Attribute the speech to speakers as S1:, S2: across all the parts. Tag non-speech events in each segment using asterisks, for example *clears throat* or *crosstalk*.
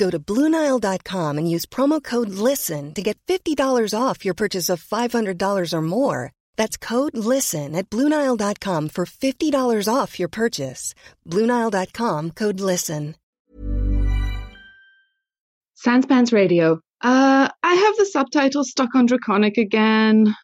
S1: Go to Bluenile.com and use promo code LISTEN to get $50 off your purchase of $500 or more. That's code LISTEN at Bluenile.com for $50 off your purchase. Bluenile.com code LISTEN.
S2: Sandpans Radio. Uh, I have the subtitles stuck on Draconic again.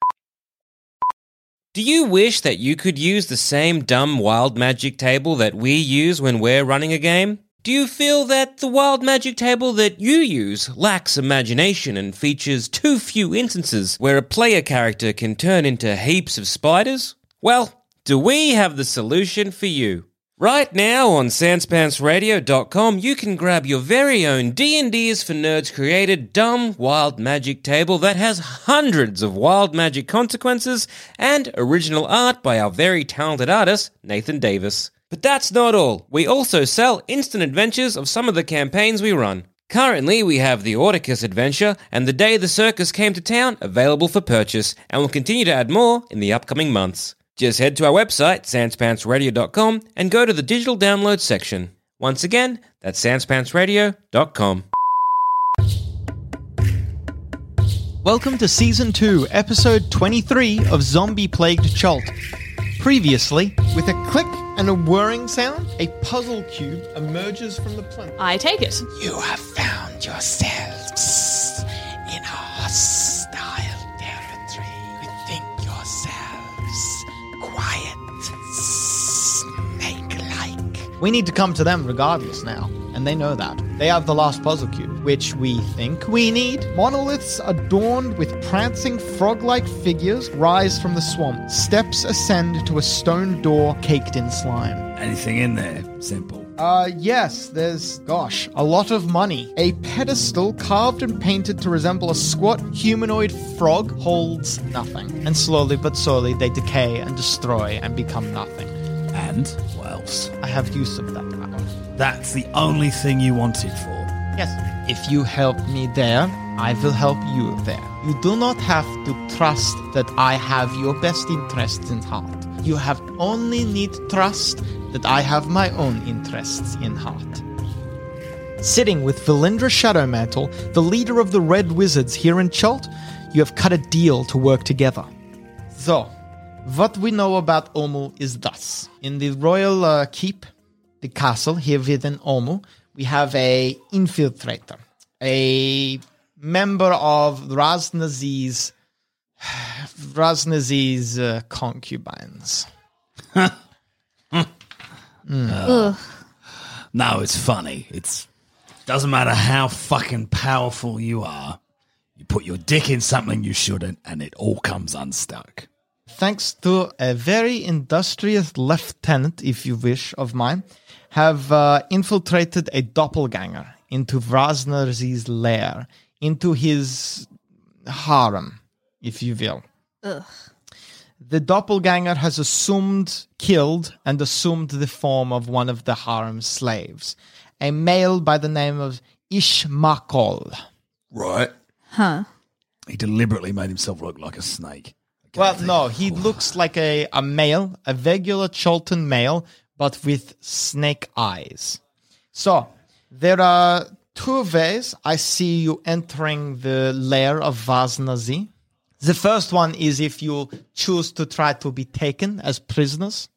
S3: Do you wish that you could use the same dumb wild magic table that we use when we're running a game? Do you feel that the wild magic table that you use lacks imagination and features too few instances where a player character can turn into heaps of spiders? Well, do we have the solution for you? Right now on sanspantsradio.com you can grab your very own D&D is for Nerds created dumb wild magic table that has hundreds of wild magic consequences and original art by our very talented artist Nathan Davis. But that's not all. We also sell instant adventures of some of the campaigns we run. Currently, we have the Orticus adventure and the day the circus came to town available for purchase and will continue to add more in the upcoming months. Just head to our website, sanspantsradio.com, and go to the digital download section. Once again, that's sanspantsradio.com.
S4: Welcome to Season 2, Episode 23 of Zombie Plagued Chult. Previously, with a click and a whirring sound, a puzzle cube emerges from the plinth.
S5: I take it.
S6: You have found yourselves in a hostile territory. Think yourselves quiet, snake like.
S4: We need to come to them regardless now, and they know that. They have the last puzzle cube, which we think we need. Monoliths adorned with prancing frog like figures rise from the swamp. Steps ascend to a stone door caked in slime.
S7: Anything in there? Simple.
S4: Uh, yes, there's, gosh, a lot of money. A pedestal carved and painted to resemble a squat humanoid frog holds nothing. And slowly but surely they decay and destroy and become nothing.
S7: And what else?
S4: I have use of that power.
S7: That's the only thing you wanted for.
S4: Yes. If you help me there, I will help you there. You do not have to trust that I have your best interests in heart. You have only need trust that I have my own interests in heart. Sitting with Valindra Shadowmantle, the leader of the Red Wizards here in Chult, you have cut a deal to work together. So, what we know about Omu is thus. In the royal uh, keep, the castle here within Omu, we have a infiltrator, a member of Raznazi's *sighs* Raznazi's uh, concubines.
S5: Mm. Ugh.
S7: Uh, No, it's funny. It's doesn't matter how fucking powerful you are. You put your dick in something you shouldn't, and it all comes unstuck.
S4: thanks to a very industrious lieutenant, if you wish, of mine, have uh, infiltrated a doppelganger into Vrasner's lair, into his harem, if you will. The doppelganger has assumed, killed, and assumed the form of one of the harem's slaves, a male by the name of Ishmakol.
S7: Right.
S5: Huh.
S7: He deliberately made himself look like a snake. Okay,
S4: Well,
S7: thank-
S4: no, he looks like a, a male, a regular Cholton male, but with snake eyes. So there are two ways I see you entering the lair of Vaznazi. The first one is if you choose to try to be taken as prisoners,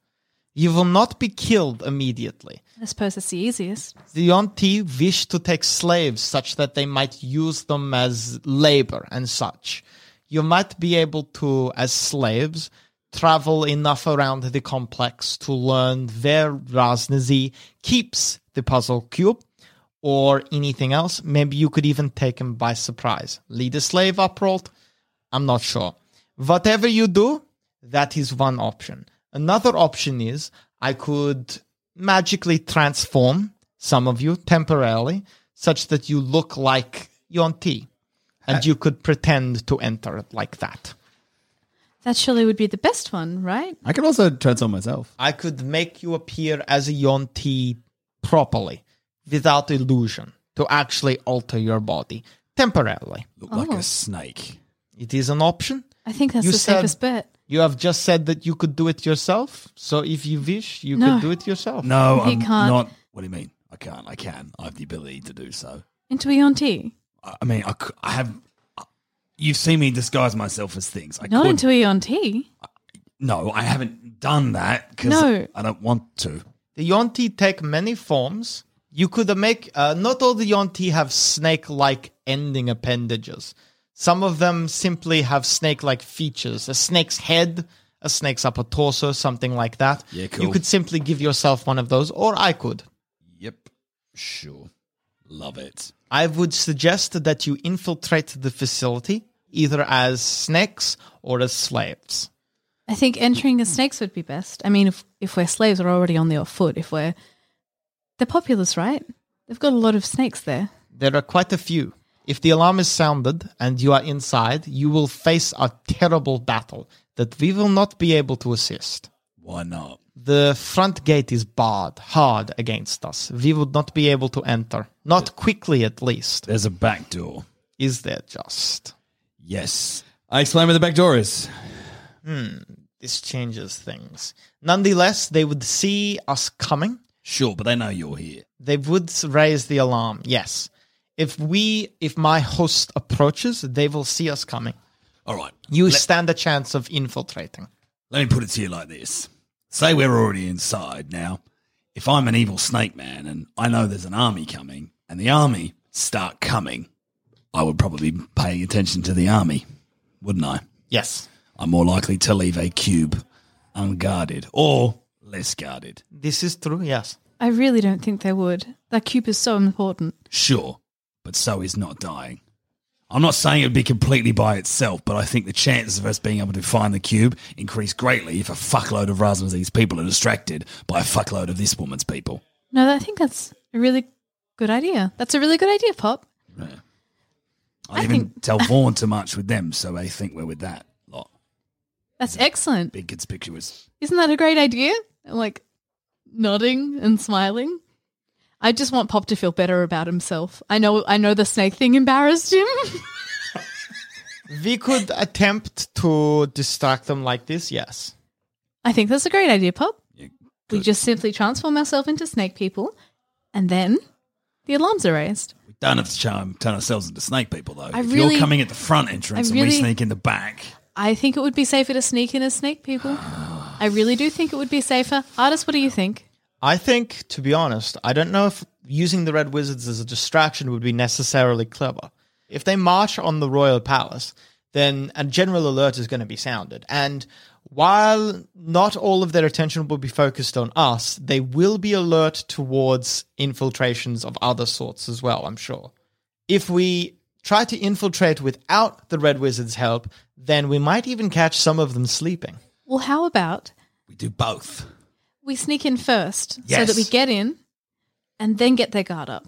S4: you will not be killed immediately.
S5: I suppose that's the easiest.
S4: The Yonti wish to take slaves such that they might use them as labor and such. you might be able to, as slaves, travel enough around the complex to learn where Raznazi keeps the puzzle cube or anything else. Maybe you could even take him by surprise. Lead a slave uprolt. I'm not sure. Whatever you do, that is one option. Another option is I could magically transform some of you temporarily such that you look like Yonti and you could pretend to enter like that.
S5: That surely would be the best one, right?
S8: I can also transform myself.
S4: I could make you appear as a Yonti properly without illusion to actually alter your body temporarily.
S7: Look like
S4: Oh.
S7: a snake.
S4: It is an option.
S5: I think that's
S4: You
S5: the
S4: said-
S5: safest bet.
S4: You have just said that you could do it yourself. So if you wish, you
S5: No.
S4: could do it yourself.
S7: No,
S5: He
S7: I'm
S5: can't.
S7: not. What do you mean? I can't. I can. I have the ability to do so.
S5: Into Eonti.
S7: I I mean, I, c- I have. I- You've seen me disguise myself as things. I
S5: Not
S7: could-
S5: into Eonti.
S7: No, I haven't done that because
S5: No.
S7: I don't want to.
S4: The Yonti take many forms. You could make, uh, not all the Yonti have snake like ending appendages. Some of them simply have snake like features a snake's head, a snake's upper torso, something like that.
S7: Yeah,
S4: You
S7: cool.
S4: could simply give yourself one of those, or I could.
S7: Yep. Sure. Love it.
S4: I would suggest that you infiltrate the facility either as snakes or as slaves.
S5: I think entering as snakes would be best. I mean, if, if we're slaves, we're already on the off foot. If we're. They're populous, right? They've got a lot of snakes there.
S4: There are quite a few. If the alarm is sounded and you are inside, you will face a terrible battle that we will not be able to assist.
S7: Why not?
S4: The front gate is barred hard against us. We would not be able to enter. Not quickly, at least.
S7: There's a back door.
S4: Is there just.
S7: Yes.
S8: I explain where the back door is.
S4: Hmm, This changes things. Nonetheless, they would see us coming.
S7: Sure, but they know you're here.
S4: They would s- raise the alarm, yes. If we, if my host approaches, they will see us coming.
S7: All right.
S4: You
S7: Let-
S4: stand a chance of infiltrating.
S7: Let me put it to you like this. Say we're already inside now. If I'm an evil snake man and I know there's an army coming and the army start coming, I would probably be paying attention to the army, wouldn't I?
S4: Yes.
S7: I'm more likely to leave a cube unguarded or less guarded.
S4: This is true, yes.
S5: I really don't think they would. That cube is so important.
S7: Sure, but so is not dying. I'm not saying it'd be completely by itself, but I think the chances of us being able to find the cube increase greatly if a fuckload of Rasmus's people are distracted by a fuckload of this woman's people.
S5: No, I think that's a really good idea. That's a really good idea, Pop.
S7: I,
S5: I
S7: even
S5: think-
S7: tell Vaughn too much with them, so they think we're with that lot.
S5: That's excellent.
S7: Big conspicuous.
S5: Isn't that a great idea? Like nodding and smiling. I just want Pop to feel better about himself. I know I know the snake thing embarrassed him. *laughs*
S4: We could attempt to distract them like this, yes.
S5: I think that's a great idea, Pop.
S7: Yeah,
S5: We
S7: good.
S5: just simply transform ourselves into snake people and then the alarms are raised.
S7: We don't have to turn, turn ourselves into snake people, though.
S5: I
S7: if
S5: really-
S7: you're coming at the front entrance
S5: I
S7: and we
S5: really-
S7: sneak in the back,
S5: I think it would be safer to sneak in as snake people. I really do think it would be safer. Artist, what do you think?
S4: I think, to be honest, I don't know if using the Red Wizards as a distraction would be necessarily clever. If they march on the Royal Palace, then a general alert is going to be sounded. And while not all of their attention will be focused on us, they will be alert towards infiltrations of other sorts as well, I'm sure. If we try to infiltrate without the Red Wizards' help, then we might even catch some of them sleeping.
S5: Well, how about
S7: we do both.
S5: we sneak in first so
S7: Yes.
S5: that we get in and then get their guard up.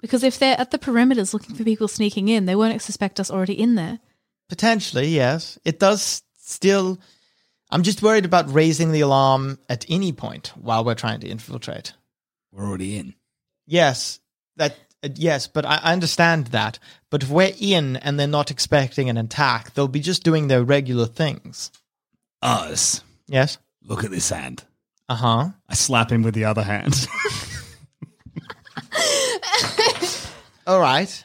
S5: Because if they're at the perimeters looking for people sneaking in, they won't suspect us already in there.
S4: Potentially, yes. It does still. I'm just worried about raising the alarm at any point while we're trying to infiltrate.
S7: We're already in.
S4: Yes, that uh, yes, but I, I understand that. But if we're in and they're not expecting an attack, they'll be just doing their regular things.
S7: Us.
S4: Yes.
S7: Look at this hand.
S4: Uh huh.
S7: I slap him with the other hand.
S4: All right.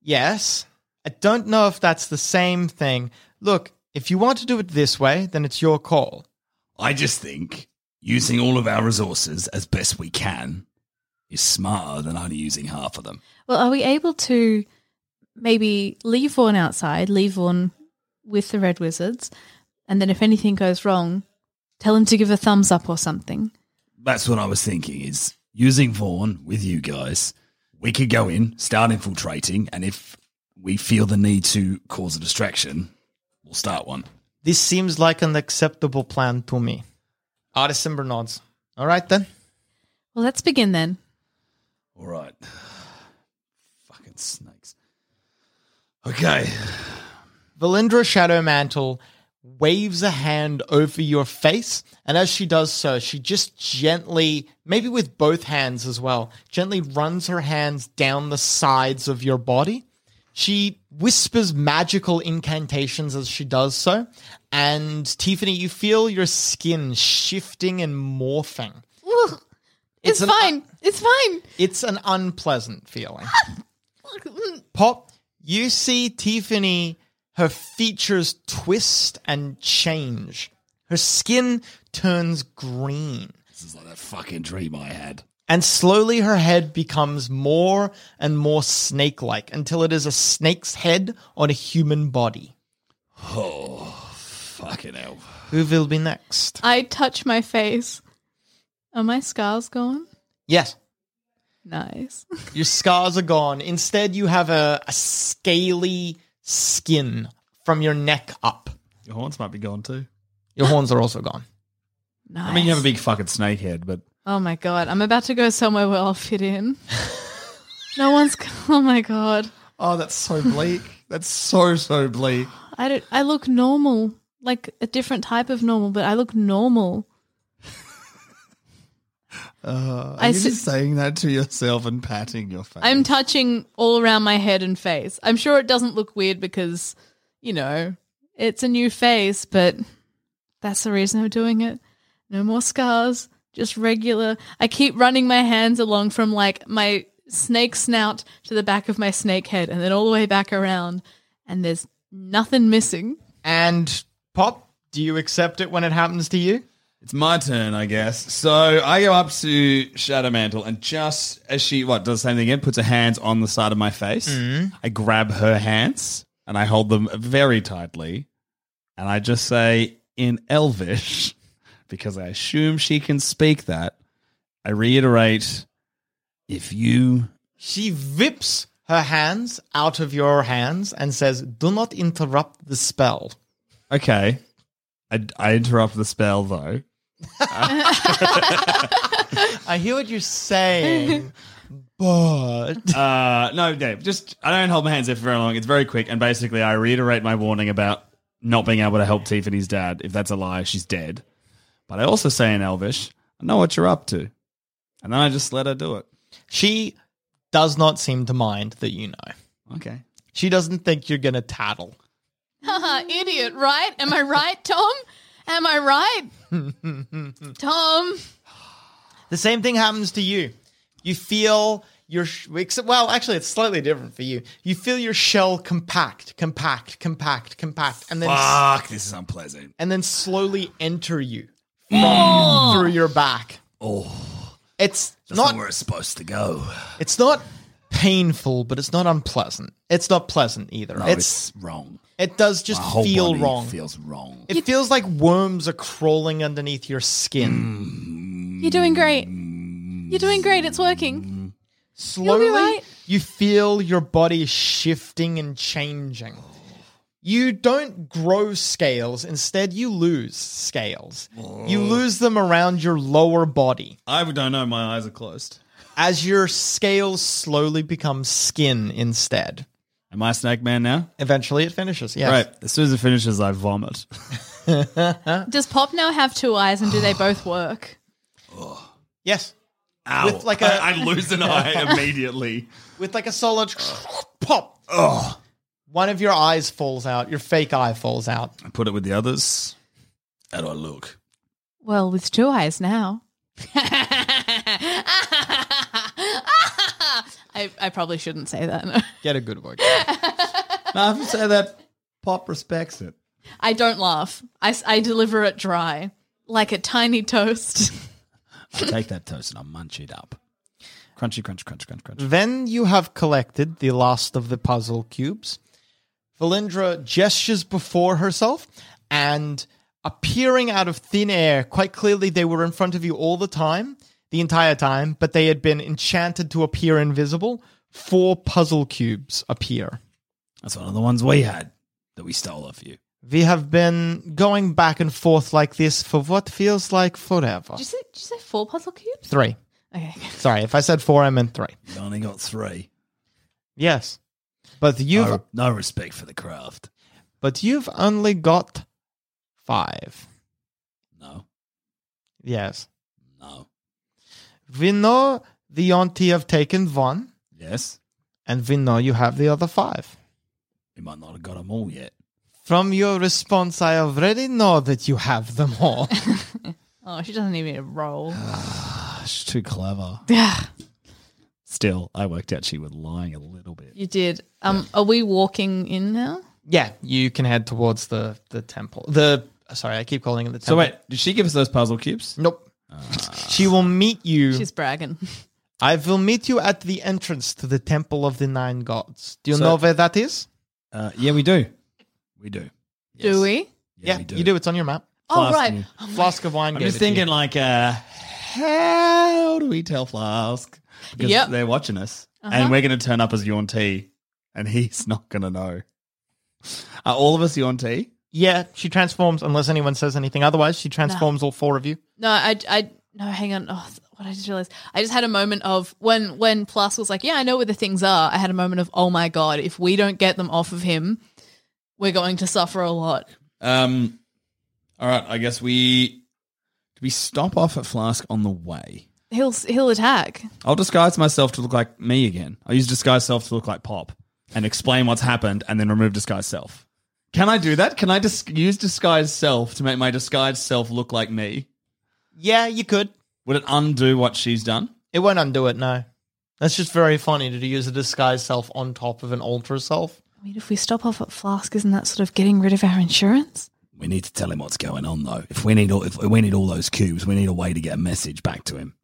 S4: Yes. I don't know if that's the same thing. Look, if you want to do it this way, then it's your call.
S7: I just think using all of our resources as best we can is smarter than only using half of them.
S5: Well, are we able to maybe leave Vaughn outside, leave Vaughn with the red wizards, and then if anything goes wrong, tell him to give a thumbs up or something.
S7: That's what I was thinking is using Vaughn with you guys, we could go in, start infiltrating, and if we feel the need to cause a distraction, we'll start one.
S4: This seems like an acceptable plan to me. Artisan nods. All right then.
S5: Well, let's begin then.
S7: All right. *sighs* Fucking snakes. Okay.
S4: Valindra Shadow Mantle waves a hand over your face, and as she does so, she just gently, maybe with both hands as well, gently runs her hands down the sides of your body. She whispers magical incantations as she does so, and Tiffany, you feel your skin shifting and morphing.
S5: Ugh, It's,
S4: It's an-
S5: fine. It's fine.
S4: It's an
S5: *laughs*
S4: unpleasant feeling.
S1: 呃
S4: Pop, you see Tiffany, her features twist and change. Her skin turns green,
S7: This is like that fucking dream I had.
S4: and slowly her head becomes more and more snake like until it is a snake's head on a human body.
S7: Oh, fucking hell.
S4: Who will be next?
S5: I touch my face. Are my scars gone?
S4: Yes,
S5: Nice.
S4: your scars are gone. Instead, you have a, a scaly skin from your neck up.
S8: Your horns might be gone too.
S4: *laughs* Your horns are also gone.
S5: Nice.
S8: I mean, you have a big fucking snake head, but
S5: Oh my god, I'm about to go somewhere where I'll fit in. *laughs* no one's. Oh my god,
S8: oh, that's so bleak. that's so so bleak.
S5: I don't. I look normal, like a different type of normal, but I look normal.
S8: Uh,
S5: I
S8: you're
S5: s-
S8: just saying that to yourself and patting your face.
S5: I'm touching all around my head and face. I'm sure it doesn't look weird because, you know, it's a new face, but that's the reason I'm doing it. No more scars, just regular. I keep running my hands along from like my snake snout to the back of my snake head and then all the way back around, and there's nothing missing. *laughs*
S4: And Pop, do you accept it when it happens to you?
S8: It's my turn, I guess. So I go up to Shadow Mantle, and just as she what does the same thing again, puts her hands on the side of my face. I grab her hands and I hold them very tightly, and I just say in Elvish, because I assume she can speak that. I reiterate,
S7: If you
S4: She vips her hands out of your hands and says, Do not interrupt the spell.
S8: okay. I, I interrupt the spell though.
S4: *laughs*
S8: *laughs*
S4: I hear what you're saying, but.
S8: *laughs* Uh, no, Dave, just I don't hold my hands there for very long. It's very quick, and basically, I reiterate my warning about not being able to help Tiffany's dad. If that's a lie, she's dead. But I also say in Elvish, I know what you're up to, and then I just let her do it.
S4: She does not seem to mind that you know.
S8: Okay.
S4: She doesn't think you're going to tattle. *laughs*
S5: Haha, idiot, right? Am I right, Tom? Am I right? Tom.
S4: The same thing happens to you. You feel your sh- except, well, actually, it's slightly different for you. You feel your shell compact, compact, compact, compact, and then
S7: fuck, this is unpleasant.
S4: and then slowly enter you through your back.
S7: Oh,
S4: It's
S7: that's
S4: not
S7: not where it's supposed to go.
S4: it's not painful, but it's not unpleasant. It's not pleasant either.
S7: No,
S4: it's,
S7: it's, wrong.
S4: it does
S7: My
S4: just
S7: whole
S4: feel
S7: body
S4: wrong.
S7: Feels wrong.
S4: it feels like worms are crawling underneath your skin.
S5: You're doing great. You're doing great. It's working.
S4: Slowly,
S5: right.
S4: you feel your body shifting and changing. You don't grow scales, instead, you lose scales.
S8: Oh.
S4: You lose them around your lower body
S8: I don't know. My eyes are closed.
S4: as your scales slowly become skin instead.
S8: Am I Snake Man now?
S4: Eventually, it finishes. Yes.
S8: Right. As soon as it finishes, I vomit.
S5: Does Pop now have two eyes and do they both work?
S4: *laughs* Yes. *laughs*
S8: Ow.
S4: With like a-
S8: *laughs* I lose an eye immediately. Uh,
S4: With like a solid *laughs* pop. One of your eyes falls out. Your fake eye falls out.
S8: I put it with the others.
S7: How do I look?
S5: Well, with two eyes now. *laughs* I, I probably shouldn't say that. *laughs*
S4: Get a good work.
S8: Now, if you say that, Pop respects it.
S5: I don't laugh. I, s- I deliver it dry, like a tiny toast. *laughs*
S7: I take that toast and I munch it up. Crunchy, crunch, crunch, crunch, crunch.
S4: Then you have collected the last of the puzzle cubes. Valindra gestures before herself and appearing out of thin air, quite clearly they were in front of you all the time, the entire time, but they had been enchanted to appear invisible. Four puzzle cubes appear.
S7: That's one of the ones we had that we stole off you.
S4: We have been going back and forth like this for what feels like forever.
S5: Did you say, did you say four puzzle cubes?
S4: Three.
S5: Okay.
S4: Sorry, if I said four, I meant three.
S7: You only got three.
S4: Yes. But you've
S7: No, no respect for the craft.
S4: but you've only got five.
S7: No,
S4: Yes.
S7: no.
S4: We know the auntie have taken one,
S7: Yes,
S4: and we know you have the other five.
S7: we might not have got them all yet.
S4: From your response, I already know that you have them all. *laughs*
S5: Oh, she doesn't even need a roll. *sighs*
S8: Ah,
S7: Gosh, too clever.
S5: Yeah,
S7: Still, I worked out she was lying a little bit.
S5: you did. Um, are we walking in now?
S4: yeah, you can head towards the the temple. The sorry, I keep calling it the temple.
S8: So wait, did she give us those puzzle cubes? Ah.
S4: Nope. she will meet you.
S5: She's bragging. *laughs*
S4: I will meet you at the entrance to the Temple of the Nine Gods. Do you
S8: So-
S4: know where that is?
S8: Uh, yeah, we do.
S7: We do.
S5: Do we?
S7: we do.
S4: you do. It's on your map.
S5: Oh, right.
S4: Flask of wine.
S8: I'm
S4: gave it
S8: just
S4: to you.
S8: thinking, like, uh, how do we tell Flask? Because
S5: Yep.
S8: they're watching us,
S5: Uh-huh.
S8: and we're going to turn up as Yawn T, and he's *laughs* not going to know. Are all of us Yawn T?
S4: Yeah, she transforms unless anyone says anything. Otherwise, she transforms all four of you.
S5: No, I, I, no, hang on. Oh, th- what I just realized. I just had a moment of when, when Plus was like, yeah, I know where the things are. I had a moment of, oh my God, if we don't get them off of him, we're going to suffer a lot.
S8: Um, all right, I guess we do we stop off at Flask on the way.
S5: He'll, he'll attack.
S8: I'll disguise myself to look like me again. I'll use disguise self to look like Pop and explain what's happened and then remove disguise self. Can I do that? Can I dis- use disguise self to make my disguised self look like me?
S4: Yeah, you could.
S8: Would it undo what she's done?
S4: It won't undo it, no. That's just very funny to use a disguise self on top of an ultra self.
S5: I mean, if we stop off at Flask, isn't that sort of getting rid of our insurance?
S7: We need to tell him what's going on, though. If we need all, if we need all those cubes, we need a way to get a message back to him.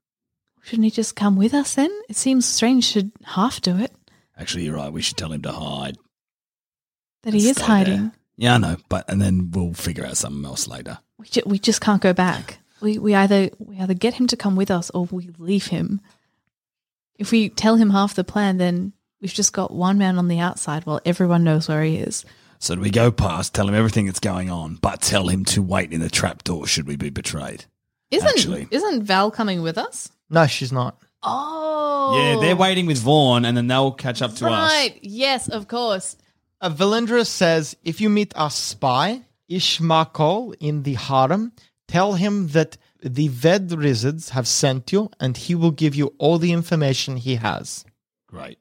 S5: Shouldn't he just come with us then? It seems strange to half do it,
S7: Actually, you're right. We should tell him to hide.
S5: that he
S7: and
S5: is
S7: stay
S5: hiding.
S7: there. Yeah, I know. But and then we'll figure out something else later.
S5: We, ju- we just can't go back. We, we either we either get him to come with us or we leave him. If we tell him half the plan, then we've just got one man on the outside while everyone knows where he is.
S7: So do we go past, tell him everything that's going on, but tell him to wait in the trapdoor should we be betrayed.
S5: Isn't
S7: Actually-
S5: isn't Val coming with us?
S4: No, she's not.
S5: Oh,
S8: Yeah, they're waiting with Vaughn and then they'll catch up to
S5: Right? Yes, of course.
S4: Uh, Valindra says if you meet a spy, Ishmakol, in the harem, tell him that the Ved Rizzids have sent you and he will give you all the information he has.
S7: Great.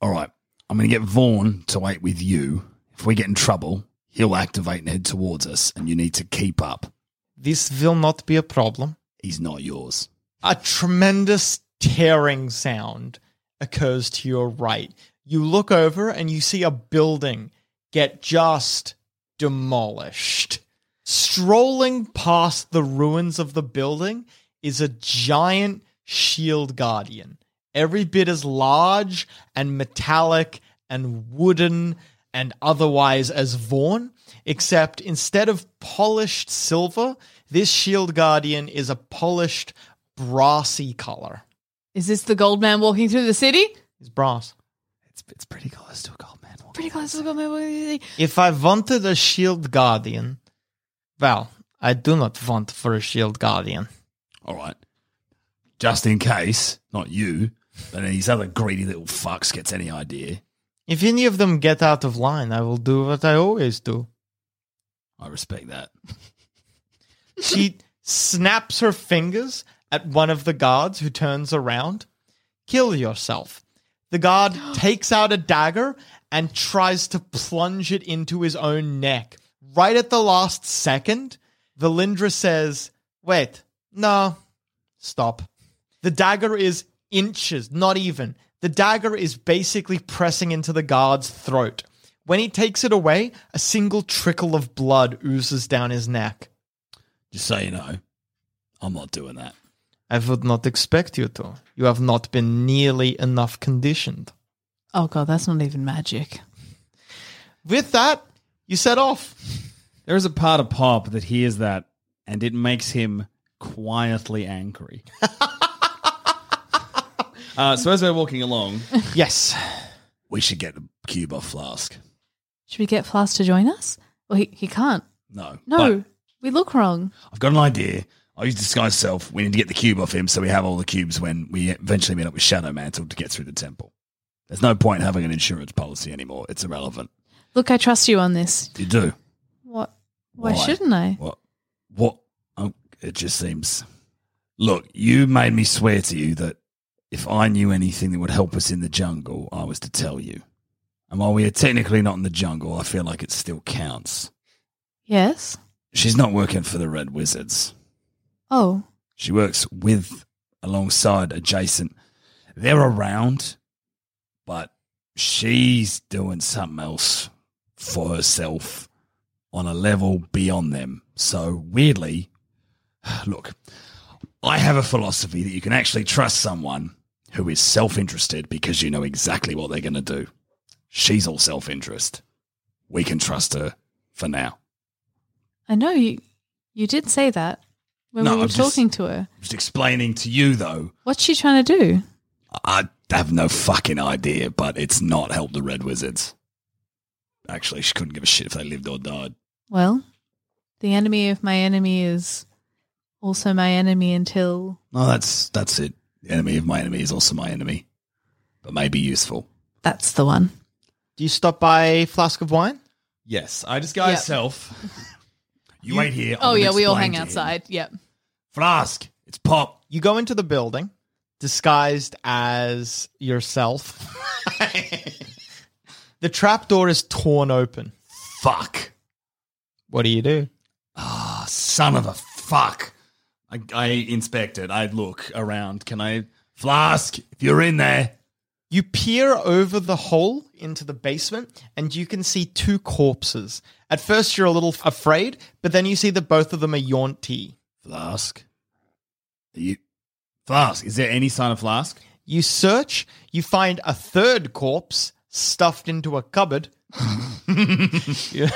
S7: All right. I'm going to get Vaughn to wait with you. If we get in trouble, he'll activate and head towards us, and you need to keep up.
S4: This will not be a problem.
S7: He's not yours.
S4: A tremendous tearing sound occurs to your right. You look over and you see a building get just demolished. Strolling past the ruins of the building is a giant shield guardian, every bit as large and metallic and wooden and otherwise as Vaughn, except instead of polished silver, this shield guardian is a polished brassy color.
S5: Is this the gold man walking through the city?
S4: It's brass.
S8: us. It's pretty close to a gold man.
S5: Pretty close to the gold man walking through the city.
S4: If I wanted a shield guardian, well, I do not want for a shield guardian.
S7: All right. Just in case, not you, but any of these other greedy little fucks gets any idea.
S4: If any of them get out of line, I will do what I always do.
S7: I respect that.
S4: She snaps her fingers at one of the guards who turns around. Kill yourself. The guard takes out a dagger and tries to plunge it into his own neck. Right at the last second, Valindra says, Wait, no, stop. The dagger is inches, not even. The dagger is basically pressing into the guard's throat. When he takes it away, a single trickle of blood oozes down his neck.
S7: Just so you know, I'm not doing that.
S4: I would not expect you to. You have not been nearly enough conditioned.
S5: Oh god, that's not even magic.
S4: With that, you set off.
S8: There is a part of Pop that hears that and it makes him
S4: *laughs*
S8: quietly angry. uh, so as we're walking along,
S4: Yes.
S7: We should get the cube off Flask.
S5: Should we get Flask to join us? Well, he, he can't.
S7: No.
S5: No,
S7: But
S5: we look wrong.
S7: I've got an idea. I'll use disguise self. We need to get the cube off him so we have all the cubes when we eventually meet up with Shadow Mantle to get through the temple. There's no point having an insurance policy anymore. It's irrelevant.
S5: Look, I trust you on this.
S7: You do.
S5: What? Why,
S7: Why?
S5: shouldn't I?
S7: What? What? Oh, it just seems. Look, you made me swear to you that if I knew anything that would help us in the jungle, I was to tell you. And while we are technically not in the jungle, I feel like it still counts.
S5: Yes.
S7: She's not working for the Red Wizards.
S5: Oh,
S7: She works with, alongside, adjacent. They're around, but she's doing something else for herself on a level beyond them. So, weirdly, *sighs* look, I have a philosophy that you can actually trust someone who is self interested because you know exactly what they're going to do. She's all self interest. We can trust her for now.
S5: I know you. You did say that when
S7: No,
S5: we were
S7: I'm just-
S5: talking to her.
S7: Just explaining to you, though,
S5: What's she trying to do?
S7: I have no fucking idea, but it's not helped the Red Wizards. Actually, she couldn't give a shit if they lived or died.
S5: Well, the enemy of my enemy is also my enemy until
S7: No, that's that's it. The enemy of my enemy is also my enemy, but may be useful.
S5: that's the one.
S4: Do you stop by a flask of wine?
S8: yes, I disguise
S5: Yep.
S8: self.
S4: *laughs*
S7: You, wait here. I'm
S5: Oh
S7: gonna
S5: yeah, we all
S7: explain
S5: hang
S7: to him.
S5: outside. Yep.
S7: Flask, it's pop.
S4: You go into the building disguised as
S7: *laughs*
S4: yourself. the trapdoor is torn open.
S7: Fuck.
S4: What do you do?
S7: Ah, son of a fuck.
S8: I, I inspect it. I look around. Can I?
S7: Flask, if you're in there,
S4: You peer over the hole into the basement and you can see two corpses. At first, you're a little afraid, but then you see that both of them are Yaunty.
S7: Flask. Are you Flask?
S8: Is there any sign of Flask?
S4: You search, you find a third corpse stuffed into a cupboard. *laughs* Yeah.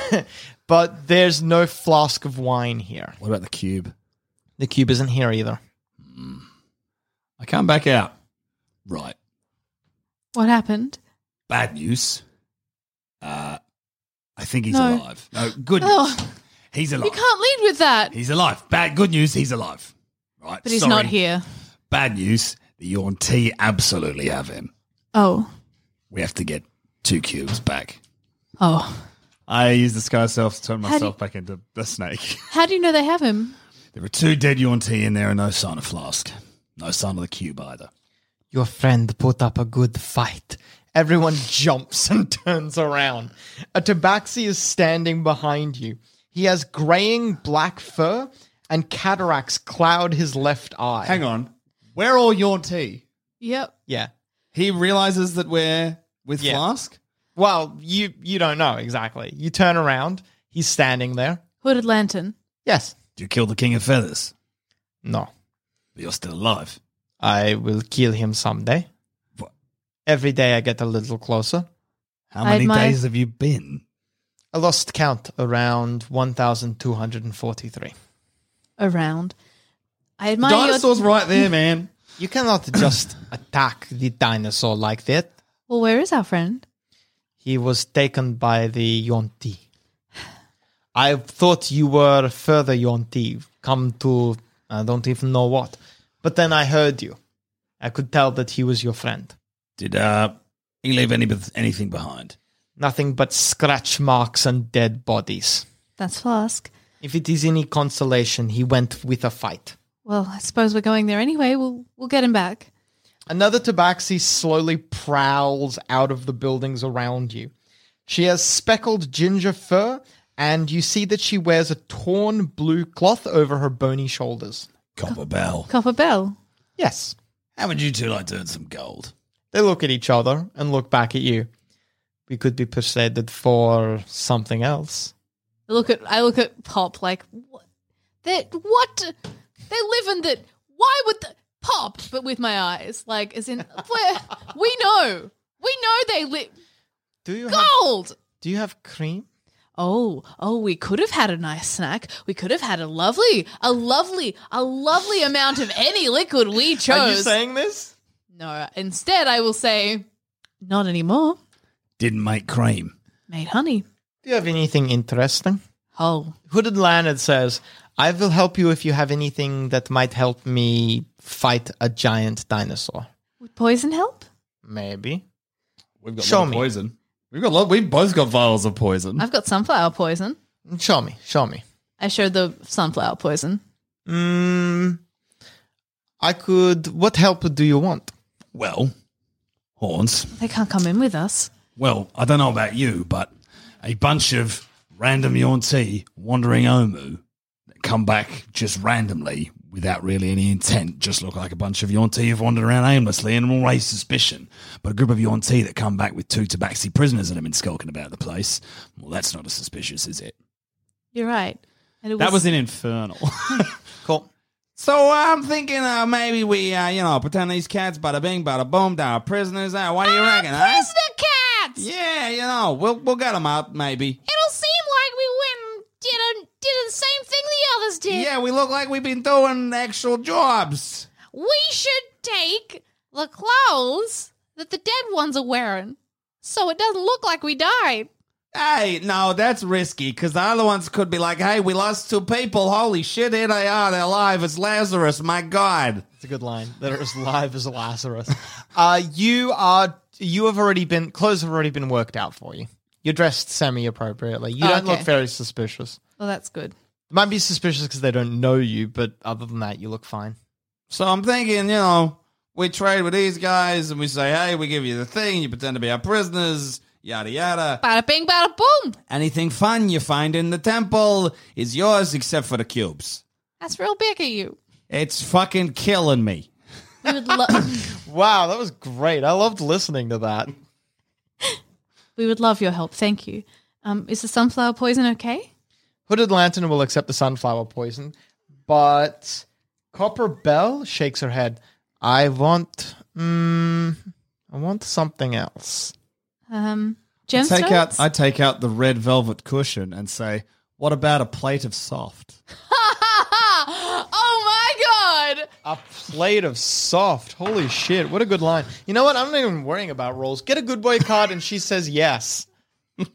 S4: but there's no flask of wine here.
S7: What about the cube?
S4: The cube isn't here either.
S8: I come back out.
S7: Right.
S5: What happened?
S7: Bad news. Uh, I think he's
S5: No.
S7: alive. No, good.
S5: Oh.
S7: news. He's alive.
S5: You can't lead with that.
S7: He's alive. Bad good news, he's alive. Right.
S5: But he's
S7: sorry.
S5: not here.
S7: Bad news, the Yawn T absolutely have him.
S5: Oh.
S7: We have to get two cubes back.
S5: Oh.
S8: I use disguise self to turn
S5: How do you-
S8: myself back into the snake.
S5: How do you know they have him?
S7: *laughs* There are two dead Yawn T in there and no sign of Flask. No sign of the cube either.
S4: Your friend put up a good fight. Everyone jumps *laughs* and turns around. A tabaxi is standing behind you. He has graying black fur and cataracts cloud his left eye.
S8: Hang on. We're all Yaunty.
S5: Yep.
S4: Yeah.
S8: He realizes that we're with
S4: Yeah.
S8: Flask.
S4: Well, you you don't know exactly. You turn around, he's standing there.
S5: Hooded lantern.
S4: Yes.
S7: You killed the King of Feathers,
S4: No.
S7: but you're still alive.
S4: I will kill him someday.
S7: What?
S4: Every day I get a little closer.
S7: How
S5: I
S7: many
S5: admire-
S7: days have you been?
S4: I lost count around 1,243.
S5: Around. I admire your-
S8: Dinosaur's right there, man.
S4: You cannot just attack the dinosaur like that.
S5: *laughs* Well, where is our friend?
S4: He was taken by the Yonti. I thought you were further Yonti, come to I don't even know what. But then I heard you. I could tell that he was your friend.
S7: Did uh he leave any anything behind?
S4: Nothing but scratch marks and dead bodies.
S5: That's Flask.
S4: If it is any consolation, he went with a fight.
S5: Well, I suppose we're going there anyway. We'll we'll get him back.
S4: Another tabaxi slowly prowls out of the buildings around you. She has speckled ginger fur, and you see that she wears a torn blue cloth over her bony shoulders.
S7: Copper Bell.
S5: Copper Bell.
S4: Yes.
S7: How would you two like to earn some gold?
S4: They look at each other and look back at you. We could be persuaded for something else.
S5: I look at I look at Pop like what? They what? They live in that. Why would the, Pop? But with my eyes, like as in where we know, we know they live
S4: Do you have
S5: gold.
S4: Do you have cream?
S5: Oh, oh, we could have had a nice snack. We could have had a lovely, a lovely, a lovely amount of any liquid we chose.
S4: Are you saying this?
S5: no, instead, I will say, not anymore.
S7: Didn't make cream.
S5: Made honey.
S4: Do you have anything interesting?
S5: Oh,
S4: Hooded Planet says, I will help you if you have anything that might help me fight a giant dinosaur.
S5: would poison help?
S4: Maybe.
S8: We've got a
S4: Show
S8: lot of
S4: me.
S8: poison. We've got a lot. We've both got vials of poison.
S5: I've got sunflower poison.
S4: Show me. Show me.
S5: I showed the sunflower poison.
S4: Mm, I could. What help do you want?
S7: Well, horns.
S5: They can't come in with us.
S7: Well, I don't know about you, but a bunch of random Yonti wandering Omu that come back just randomly without really any intent just look like a bunch of Yonti who've wandered around aimlessly and will raise suspicion. But a group of Yonti that come back with two tabaxi prisoners that have been skulking about the place, well, that's not as suspicious, is it?
S5: You're right. And it
S8: that was in Infernal.
S4: Cool.
S8: so I'm thinking uh, maybe we, uh, you know, pretend these cats, bada bing, bada boom, they are prisoners. Uh, what do you reckon? huh?
S5: prisoner cats.
S8: Yeah, you know, we'll we'll get them out maybe.
S5: It'll seem like we went and did a, did the same thing the others did.
S8: Yeah, we look like we've been doing actual jobs.
S5: We should take the clothes that the dead ones are wearing, so it doesn't look like we died.
S8: Hey, no, that's risky because the other ones could be like, "Hey, we lost two people. Holy shit, here they are. They're alive. It's Lazarus. My God."
S4: It's a good line. *laughs* They're as live as Lazarus. *laughs* Uh, you are. You have already been. Clothes have already been worked out for you. You're dressed semi appropriately. You
S5: Oh,
S4: don't
S5: okay.
S4: look very suspicious.
S5: Well, that's good.
S4: They might be suspicious because they don't know you, but other than that, you look fine.
S8: So I'm thinking, you know, we trade with these guys and we say, "Hey, we give you the thing. You pretend to be our prisoners." Yada yada.
S5: Bada bing, bada boom.
S8: Anything fun you find in the temple is yours, except for the cubes.
S5: That's real big of you.
S8: It's fucking killing me.
S5: We would, lo-
S4: Wow, that was great. I loved listening to that.
S5: we would love your help. Thank you. Um, is the sunflower poison okay?
S4: Hooded Lantern will accept the sunflower poison, but Copper Bell shakes her head. I want, mm, I want something else.
S5: Um, gemstones.
S8: take out I take out the red velvet cushion and say, "What about a plate of soft?"
S5: *laughs* oh my god!
S4: A plate of soft. Holy shit! What a good line. You know what? I'm not even worrying about rolls. Get a good boy card, and she says yes. *laughs*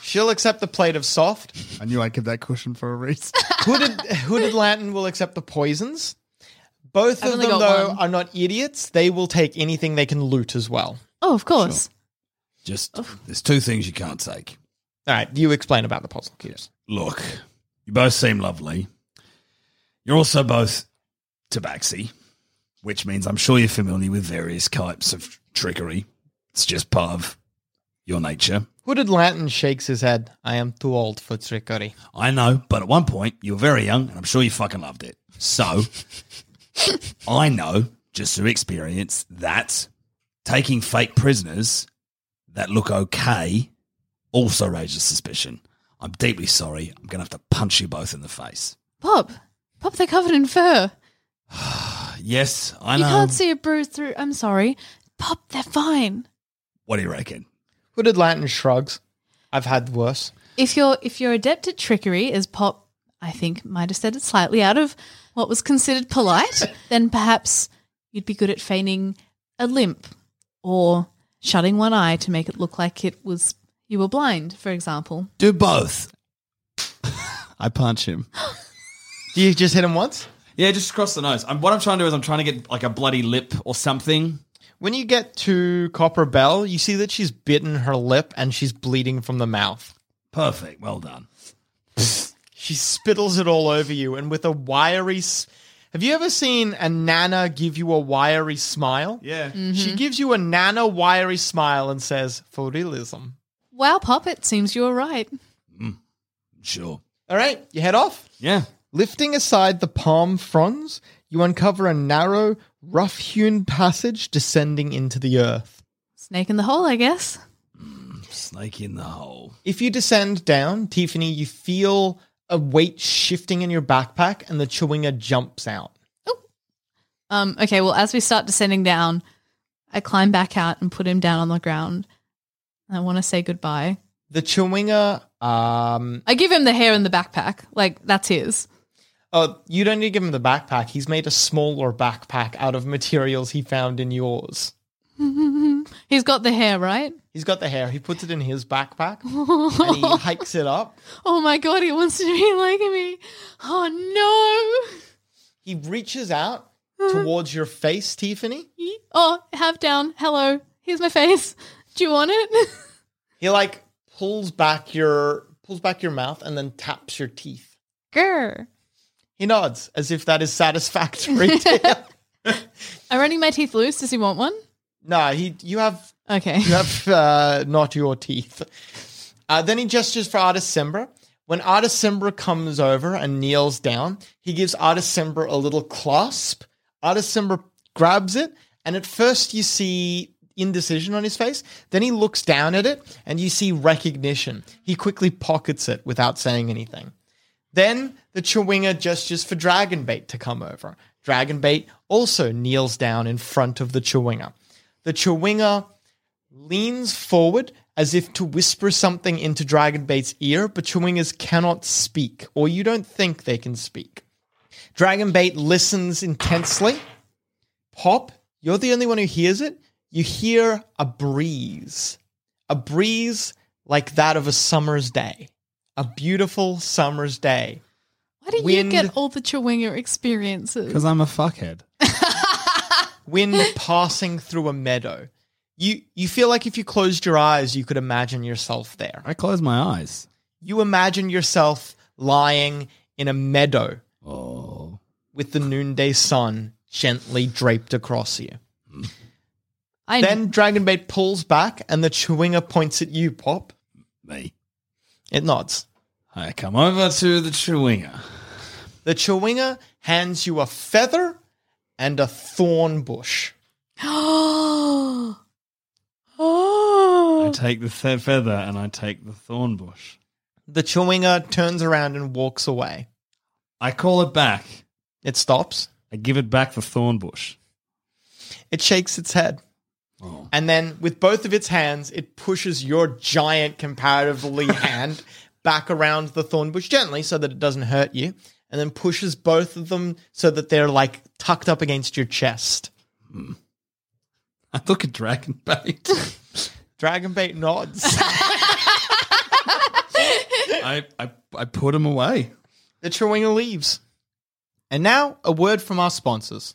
S4: She'll accept the plate of soft.
S8: I knew I kept that cushion for a reason.
S4: *laughs* Hooded Hooded Lantern will accept the poisons. Both
S5: I've
S4: of
S5: only got
S4: them though
S5: one.
S4: are not idiots. They will take anything they can loot as well.
S5: Oh, of course.
S7: Just, there's two things you can't take.
S4: All right, you explain about the puzzle cubes.
S7: Look, you both seem lovely. You're also both tabaxi, which means I'm sure you're familiar with various types of trickery. It's just part of your nature.
S4: Hooded Lantern shakes his head. I am too old for trickery.
S7: I know, but at one point you were very young, and I'm sure you fucking loved it. So *laughs* I know, just through experience, that taking fake prisoners that look okay also raises suspicion. I'm deeply sorry. I'm going to have to punch you both in the face.
S5: Pop, pop, they're covered in fur.
S7: Yes, I
S5: you
S7: know.
S5: can't see a bruise through. I'm sorry. Pop, they're fine.
S7: What do you reckon?
S4: Hooded Lantern shrugs. I've had worse.
S5: If you're if you're adept at trickery, as Pop, I think might have said it slightly out of what was considered
S8: *laughs*
S5: polite, then perhaps you'd be good at feigning a limp or shutting one eye to make it look like it was you were blind, for example.
S7: Do both.
S8: I punch him.
S4: *gasps* Do you just hit him once?
S8: Yeah, just across the nose. I'm, what I'm trying to do is I'm trying to get like a bloody lip or something.
S4: When you get to Copper Bell, you see that she's bitten her lip and she's bleeding from the mouth.
S7: Perfect. Well done.
S4: She spittles it all over you, and with a wiry. S- Have you ever seen a nana give you a wiry smile?
S8: Yeah.
S4: She gives you a nana wiry smile and says, "For realism."
S5: Wow, Pop, it seems you were right.
S7: Sure.
S4: All right, you head off.
S8: Yeah.
S4: Lifting aside the palm fronds, you uncover a narrow, rough-hewn passage descending into the earth.
S5: Snake in the hole, I guess.
S7: Snake in the hole.
S4: If you descend down, Tiffany, you feel a weight shifting in your backpack, and the chewinga jumps out.
S5: Um, okay, well, as we start descending down, I climb back out and put him down on the ground. I want to say goodbye.
S4: The Chewinga, um,
S5: I give him the hair in the backpack. Like that's his. *laughs*
S4: oh, you don't need to give him the backpack. He's made a smaller backpack out of materials he found in yours.
S5: He's got the hair, right?
S4: He's got the hair. He puts it in his backpack and he hikes it up.
S5: Oh my god, he wants to be like me. Oh no.
S4: He reaches out towards your face, Tiffany.
S5: Oh, have down. Hello. Here's my face. Do you want it?
S4: He like pulls back your pulls back your mouth and then taps your teeth.
S5: *laughs* Grr.
S4: He nods as if that is satisfactory to him.
S5: I'm running my teeth loose. Does he want one?
S4: No, he you have
S5: Okay.
S4: you have uh, not your teeth. Uh, then he gestures for Artis Sembra. When Artis Sembra comes over and kneels down, he gives Artis Sembra a little clasp. Artis Sembra grabs it, and at first you see indecision on his face. Then he looks down at it, and you see recognition. He quickly pockets it without saying anything. Then the Chewinga gestures for Dragonbait to come over. Dragonbait also kneels down in front of the Chewinga. The Chewinga leans forward as if to whisper something into Dragonbait's ear, but Chewingas cannot speak, or you don't think they can speak. Dragonbait listens intensely. Pop, you're the only one who hears it. You hear a breeze, a breeze like that of a summer's day, a beautiful summer's day.
S5: Why do
S4: Wind-
S5: you get all the Chewinga experiences?
S8: Because I'm a fuckhead.
S4: *laughs* wind passing through a meadow. You you feel like if you closed your eyes, you could imagine yourself there.
S8: I close my eyes.
S4: You imagine yourself lying in a meadow
S8: Oh.
S4: with the noonday sun gently draped across you.
S5: I
S4: Then Dragonbait pulls back and the Chewinga points at you, Pop.
S7: Me.
S4: It nods.
S8: I come over to the Chewinga.
S4: The Chewinga hands you a feather and a thorn bush.
S5: oh. *gasps* Oh.
S8: I take the th- feather and I take the thorn bush.
S4: The Chewinga turns around and walks away.
S8: I call it *laughs* back.
S4: It stops.
S8: I give it back the thorn bush. Oh.
S4: It shakes its head. And then with both of its hands, it pushes your giant, comparatively *laughs* hand back around the thorn bush gently so that it doesn't hurt you, and then pushes both of them so that they're like tucked up against your chest.
S8: I look at Dragonbait.
S4: Dragonbait nods.
S8: I, I, I put him away.
S4: the Chewinga leaves. And now, a word from our sponsors.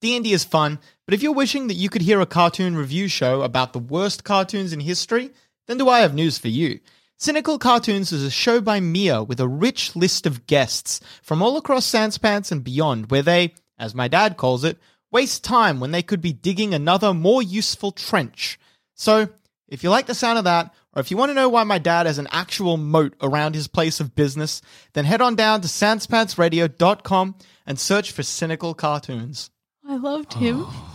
S4: D&D is fun, but if you're wishing that you could hear a cartoon review show about the worst cartoons in history, then do I have news for you. Cynical Cartoons is a show by Mia with a rich list of guests from all across Sanspants and beyond where they, as my dad calls it, waste time when they could be digging another more useful trench. So, if you like the sound of that, or if you want to know why my dad has an actual moat around his place of business, then head on down to sanspantsradio.com and search for cynical cartoons.
S5: I loved him.
S4: Oh,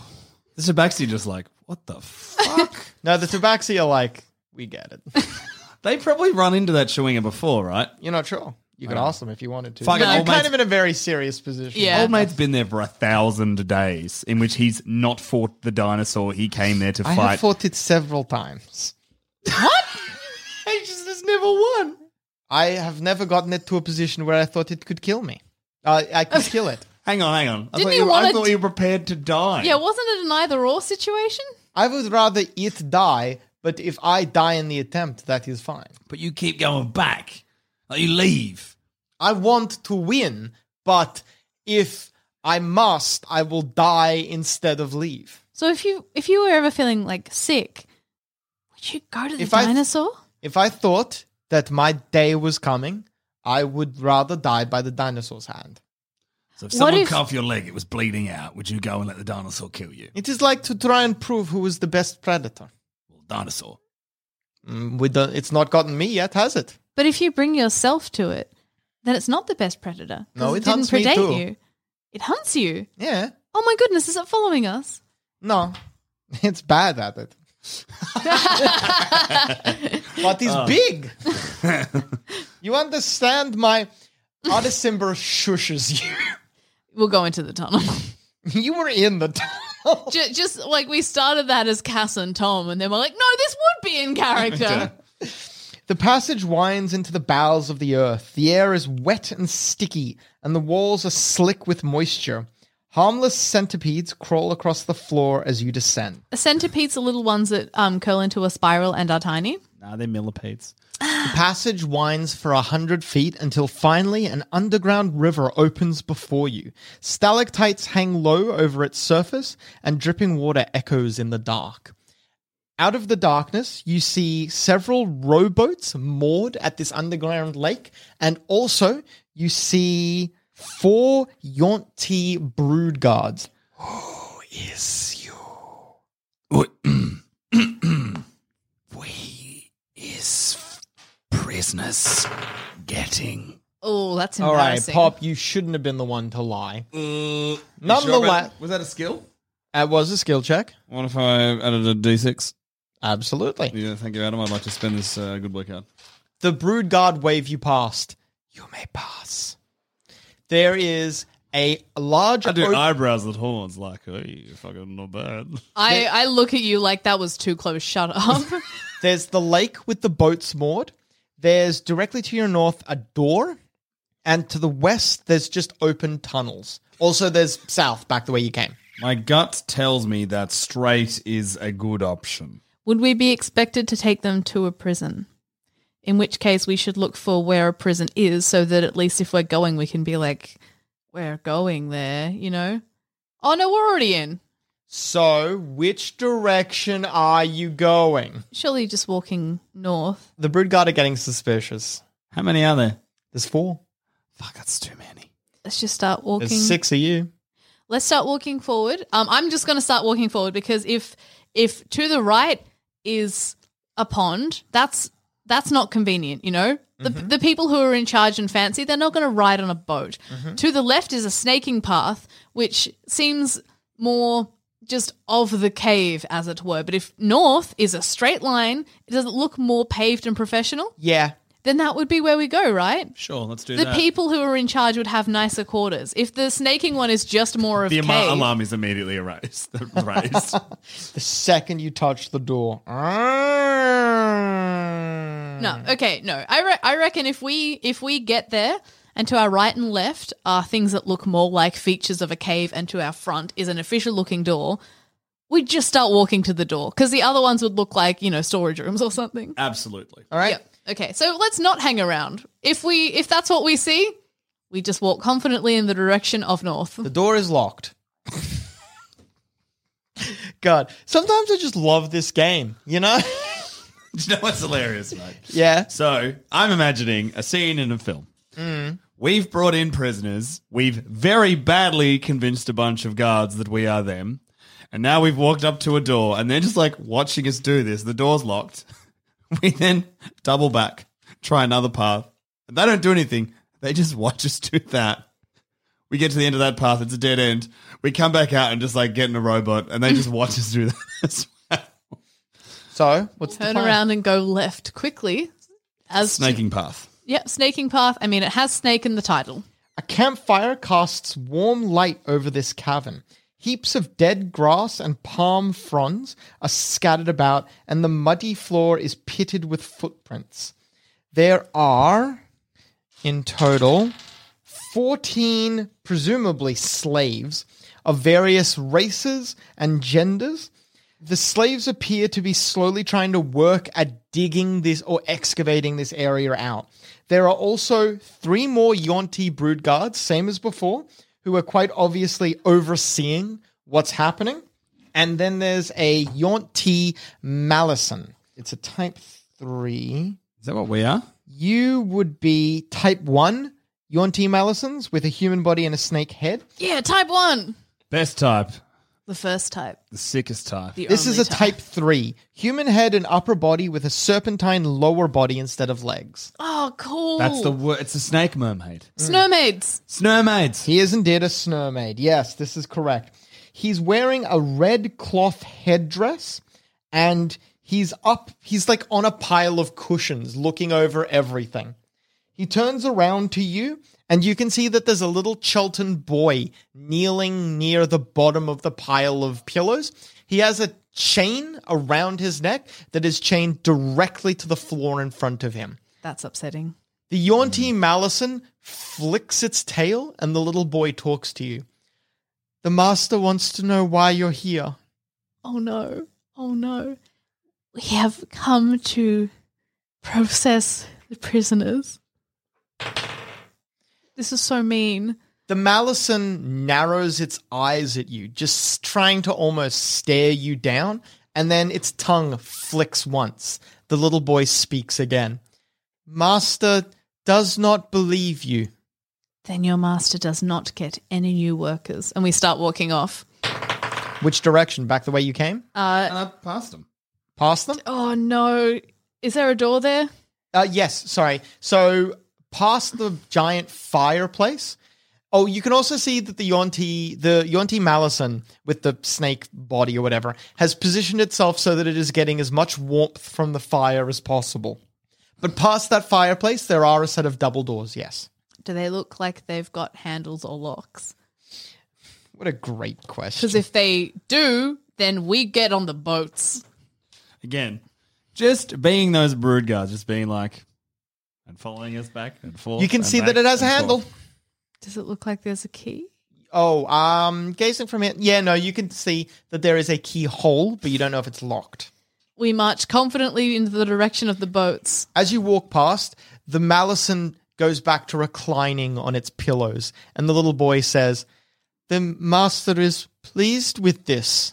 S8: The Tabaxi just like, what
S4: *laughs*
S8: the fuck?
S4: Now, the Tabaxi are like, we get it. *laughs*
S8: they probably run into that Chewinga before, right?
S4: You're not sure. You could
S8: Wow.
S4: ask them if you wanted to.
S8: Fuck it,
S4: But you're
S8: old
S4: kind
S8: mate's-
S4: of in a very serious position.
S8: Old mate's been there for a thousand days, in which he's not fought the dinosaur he came there to
S4: I
S8: fight.
S4: have fought it several times.
S8: *laughs*
S4: What? I just has never won. I have never gotten it to a position where I thought it could kill me. I I
S8: *laughs*
S4: could kill it.
S8: Hang on, hang on.
S5: I Didn't thought you you- I wanna- thought you
S4: were prepared to die.
S5: Yeah, wasn't it an either or situation?
S4: I would rather it die, but if I die in the attempt, that is fine.
S7: But you keep going back. Like you leave.
S4: I want to win, but if I must, I will die instead of leave.
S5: So if you if you were ever feeling like sick, would you go to the
S4: If I-
S5: dinosaur?
S4: If I thought that my day was coming, I would rather die by the dinosaur's hand.
S7: So if
S4: What
S7: someone
S4: if-
S7: cut off your leg, it was bleeding out, would you go and let the dinosaur kill you?
S4: It is like to try and prove who is the best predator.
S7: Dinosaur.
S4: Mm, We don't, it's not gotten me yet, has it?
S5: But if you bring yourself to it, then it's not the best predator. 'cause
S4: No, it
S5: didn't
S4: hunts me
S5: predate
S4: too.
S5: you. It hunts you.
S4: Yeah.
S5: Oh my goodness, is it following
S4: *laughs*
S5: us?
S4: No, *laughs* it's bad
S5: *laughs*
S4: at it. But it's
S5: Uh.
S6: Oh.
S5: *laughs*
S4: big. you understand my Odyssimber shushes you.
S5: *laughs* We'll go into the tunnel.
S4: *laughs* you were in the tunnel.
S5: Ju- just like we started that as Cass and Tom, and then we're like, no, this would
S4: *laughs*
S5: be in character.
S4: The passage winds into the bowels of the earth. The air is wet and sticky, and the walls are slick with moisture. Harmless centipedes crawl across the floor as you descend.
S5: Centipedes are little ones that um, curl into a spiral and are tiny.
S4: Nah, they're millipedes. the passage winds for a hundred feet until finally an underground river opens before you. Stalactites hang low over its surface, and dripping water echoes in the dark. Out of the darkness, you see several rowboats moored at this underground lake, and also you see four Yonti brood guards. *gasps* Who is you? *clears throat*
S7: we is prisoners getting.
S5: Oh, that's
S4: All right,
S5: embarrassing.
S4: Pop, you shouldn't have been the one to lie.
S8: You sure
S4: Nonetheless,
S8: about- was that a skill?
S7: *laughs*
S4: that Uh, was a skill check.
S8: What if I added a d6?
S4: Absolutely.
S8: Yeah, thank you, Adam. I'd like to spend this uh, good boy card.
S4: The brood guard wave you past. You may pass. There is a large.
S8: I do
S4: oak-
S8: eyebrows with horns, like, hey, you're fucking not bad.
S5: I, I look at you like that was too close. Shut
S4: *laughs*
S5: up.
S4: There's the lake with the boats moored. There's directly to your north a door, and to the west there's just open tunnels. Also, there's south back the way you came.
S8: My gut tells me that straight is a good option.
S5: Would we be expected to take them to a prison? In which case, we should look for where a prison is so that at least if we're going, we can be like, we're going there, you know? Oh, no, we're already in.
S4: So, which direction are you going?
S5: Surely just walking north.
S4: The brood guard are getting suspicious.
S8: How many are there?
S4: There's four.
S5: Let's just start walking.
S4: There's six of you.
S5: Let's start walking forward. Um, I'm just going to start walking forward because if if to the right is a pond, that's that's not convenient. You know, the
S8: Mm-hmm.
S5: the people who are in charge and fancy, they're not going to ride on a boat.
S8: Mm-hmm.
S5: To the left is a snaking path, which seems more just of the cave, as it were. But if north is a straight line, does it look more paved and professional?
S4: Yeah.
S5: Then that would be where we go, right?
S8: Sure, let's do
S5: the
S8: that.
S5: people who are in charge would have nicer quarters. If the snaking one is just more of
S8: the ama-
S5: cave,
S8: alarm is immediately erased. *laughs*
S4: *laughs*
S8: erased.
S4: The second you touch the door. No.
S5: no, okay, no. I re- I reckon if we if we get there and to our right and left are things that look more like features of a cave, and to our front is an official looking door. We just start walking to the door because the other ones would look like you know storage rooms or something.
S8: Absolutely.
S4: All right.
S5: Okay, so let's not hang around. If we if that's what we see, we just walk confidently in the direction of north.
S4: The door is locked. God, sometimes I just love this game, you know? *laughs*
S8: Do you know what's hilarious, mate?
S4: Yeah.
S8: So I'm imagining a scene in a film.
S4: Mm.
S8: We've brought in prisoners. We've very badly convinced a bunch of guards that we are them. And now we've walked up to a door and they're just like watching us do this. The door's locked. *laughs* We then double back, try another path. And they don't do anything. They just watch us do that. We get to the end of that path. It's a dead end. We come back out and just like get in a robot and they
S4: *laughs*
S8: just watch us do that as well.
S4: So, what's
S5: Turn around and go left quickly. As to-
S8: Snaking path.
S5: Yep, Snaking Path. I mean, it has snake in the title.
S4: A campfire casts warm light over this cavern. Heaps of dead grass and palm fronds are scattered about, and the muddy floor is pitted with footprints. There are, in total, 14 presumably slaves of various races and genders. The slaves appear to be slowly trying to work at digging this or excavating this area out. There are also three more Yonti brood guards, same as before, who are quite obviously overseeing what's happening. And then there's a Yonti Malison. It's a type three.
S8: Is that what we are?
S4: You would be type one Yonti Malisons with a human body and a snake head.
S5: Yeah, type one.
S8: Best type.
S5: The first type.
S8: The sickest type.
S5: The
S4: this is
S5: only
S4: a type three human head and upper body with a serpentine lower body instead of legs.
S5: Oh, cool.
S8: That's the word. It's a snake mermaid.
S4: mm.
S5: Snowmaids.
S8: Snowmaids.
S4: He is indeed a snowmaid. Yes, this is correct. He's wearing a red cloth headdress and he's up, he's like on a pile of cushions looking over everything. He turns around to you and you can see that there's a little Chelten boy kneeling near the bottom of the pile of pillows. He has a chain around his neck that is chained directly to the floor in front of him.
S5: That's upsetting.
S4: The Yaunty Malison flicks its tail, and the little boy talks to you. The master wants to know why you're here.
S5: Oh no. Oh no. We have come to process the prisoners. This is so mean.
S4: The Malison narrows its eyes at you, just trying to almost stare you down, and then its tongue flicks once. The little boy speaks again. Master does not believe you.
S5: Then your master does not get any new workers. And we start walking off.
S4: Which direction? Back the way you came?
S5: Uh,
S8: And I passed them.
S4: Past them?
S5: oh no. Is there a door there?
S4: Uh, yes, sorry. So past the giant fireplace. Oh, you can also see that the Yonti, the Yonti Malison with the snake body or whatever, has positioned itself so that it is getting as much warmth from the fire as possible. But past that fireplace, there are a set of double doors. Yes.
S5: Do they look like they've got handles or locks?
S4: What a great question.
S5: Because if they do, then we get on the boats.
S8: Again, just being those brood guards, just being like, and following us back and forth.
S4: You can
S8: and
S4: see
S8: back
S4: that it has a
S8: and
S4: handle.
S8: forth.
S5: Does it look like there's a key?
S4: Oh, um, gazing from here. Yeah, no, you can see that there is a keyhole, but you don't know if it's locked.
S5: We march confidently into the direction of the boats.
S4: As you walk past, the Malison goes back to reclining on its pillows, and the little boy says, The master is pleased with this.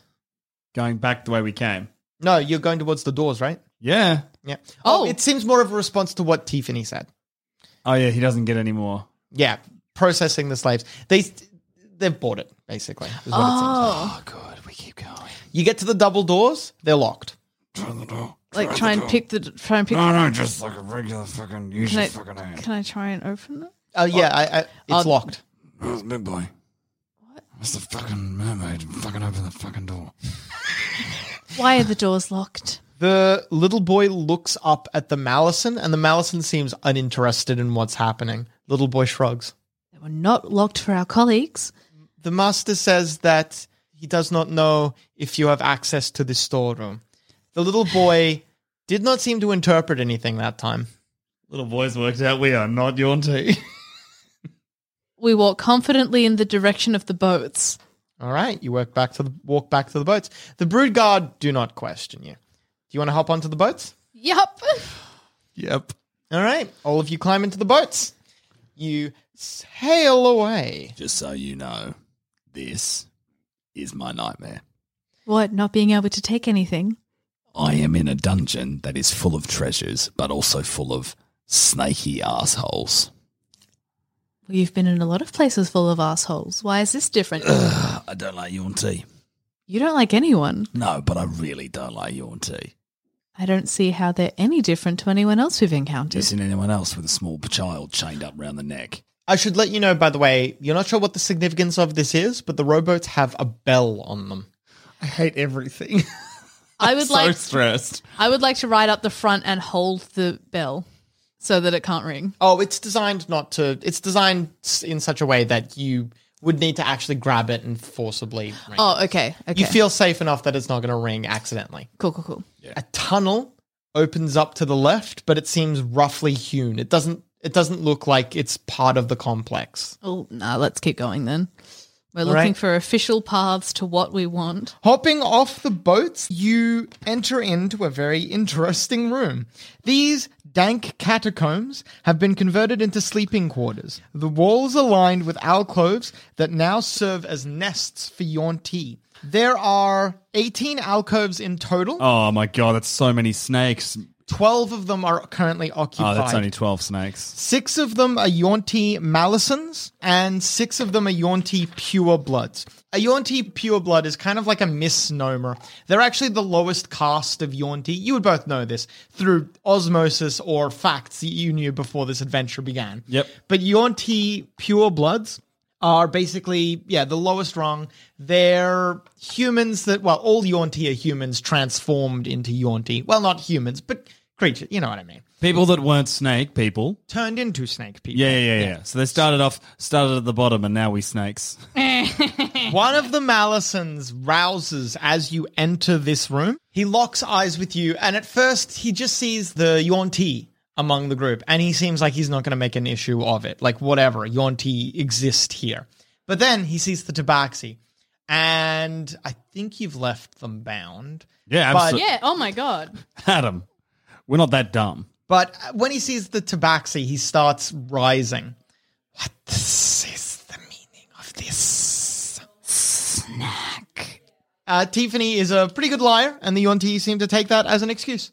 S8: Going back the way we came.
S4: No, you're going towards the doors, right?
S8: Yeah.
S4: Yeah.
S5: Oh.
S4: it seems more of a response to what Tiffany said.
S8: Oh, yeah, he doesn't get any more.
S4: Yeah, processing the slaves. They they've bought it basically. Is what
S5: Oh,
S8: Good, we keep going.
S4: it seems. You get to the double doors, they're locked.
S5: like try and pick the try and pick.
S7: No, no, just like a regular fucking, use
S5: can,
S7: your
S5: I,
S7: fucking hand.
S5: can I try and open it?
S4: Oh yeah, I, I, it's
S5: Oh.
S4: locked.
S7: Oh, it's big boy. That's the fucking mermaid. Fucking open the fucking door.
S5: Why are the doors locked?
S4: The little boy looks up at the Malison, and the Malison seems uninterested in what's happening. Little boy shrugs.
S5: They were not locked for our colleagues.
S4: The master says that he does not know if you have access to the storeroom. The little
S5: *sighs*
S4: boy did not seem to interpret anything that time.
S8: Little boys worked out we are not Yaunty.
S5: We walk confidently in the direction of the boats.
S4: *laughs* All right, you work back to the walk back to the boats. The brood guard do not question you. Do you want to hop onto the boats?
S5: Yup.
S8: yep.
S4: All right, all of you climb into the boats. You sail away.
S8: Just so you know, this is my nightmare.
S5: What? Not being able to take anything?
S7: I am in a dungeon that is full of treasures, but also full of snaky assholes. *sighs*
S5: Well, you've been in a lot of places full of assholes. Why is this different?
S7: I don't like Yaunty.
S5: you don't like anyone.
S7: No, but I really don't like Yaunty.
S5: I don't see how they're any different to anyone else we've encountered.
S7: You seen anyone else with a small child chained up round the neck?
S4: I should let you know, by the way, you're not sure what the significance of this is, but the rowboats have a bell on them.
S8: I hate everything. *laughs*
S5: I would
S8: so
S5: like
S8: stressed.
S5: I would like to ride up the front and hold the bell. so that it can't ring.
S4: Oh, it's designed not to. It's designed s- in such a way that you would need to actually grab it and forcibly. Ring.
S5: Oh, okay. Okay.
S4: You feel safe enough that it's not going to ring accidentally.
S5: cool, cool, cool.
S4: A tunnel opens up to the left, but it seems roughly hewn. It doesn't. It doesn't look like it's part of the complex.
S5: Oh, no, let's keep going then. We're
S4: All
S5: looking
S4: right.
S5: for official paths to what we want.
S4: Hopping off the boats, you enter into a very interesting room. These dank catacombs have been converted into sleeping quarters. The walls are lined with alcoves that now serve as nests for Yonti. There are 18 alcoves in total.
S8: Oh my god, that's so many snakes.
S4: 12 of them are currently
S8: Oh,
S4: occupied.
S8: that's only 12 snakes.
S4: Six of them are Yonti Malisons, and six of them are Yonti Pure Bloods. A Yonti Pure Blood is kind of like a misnomer. They're actually the lowest caste of Yonti. You would both know this through osmosis or facts that you knew before this adventure began.
S8: Yep.
S4: But Yonti Pure Bloods are basically, yeah, the lowest rung. They're humans that, well, all Yonti are humans transformed into Yonti. Well, not humans, but creatures. You know what I mean.
S8: People that weren't snake people.
S4: Turned into snake people.
S8: Yeah, yeah, yeah, yeah. So they started off, started at the bottom, and now we snakes.
S4: One of the Malisons rouses as you enter this room. He locks eyes with you, and at first he just sees the Yonti among the group, and he seems like he's not going to make an issue of it. Like, whatever, Yonti exist here. But then he sees the Tabaxi, and I think you've left them bound.
S8: Yeah,
S4: But-
S8: absolutely.
S5: *laughs* Yeah. Oh my god.
S8: Adam, we're not that dumb.
S4: But when he sees the Tabaxi, he starts rising. What this is the meaning of this snack? Uh, Tiffany is a pretty good liar, and the Yonti seem to take that as an excuse.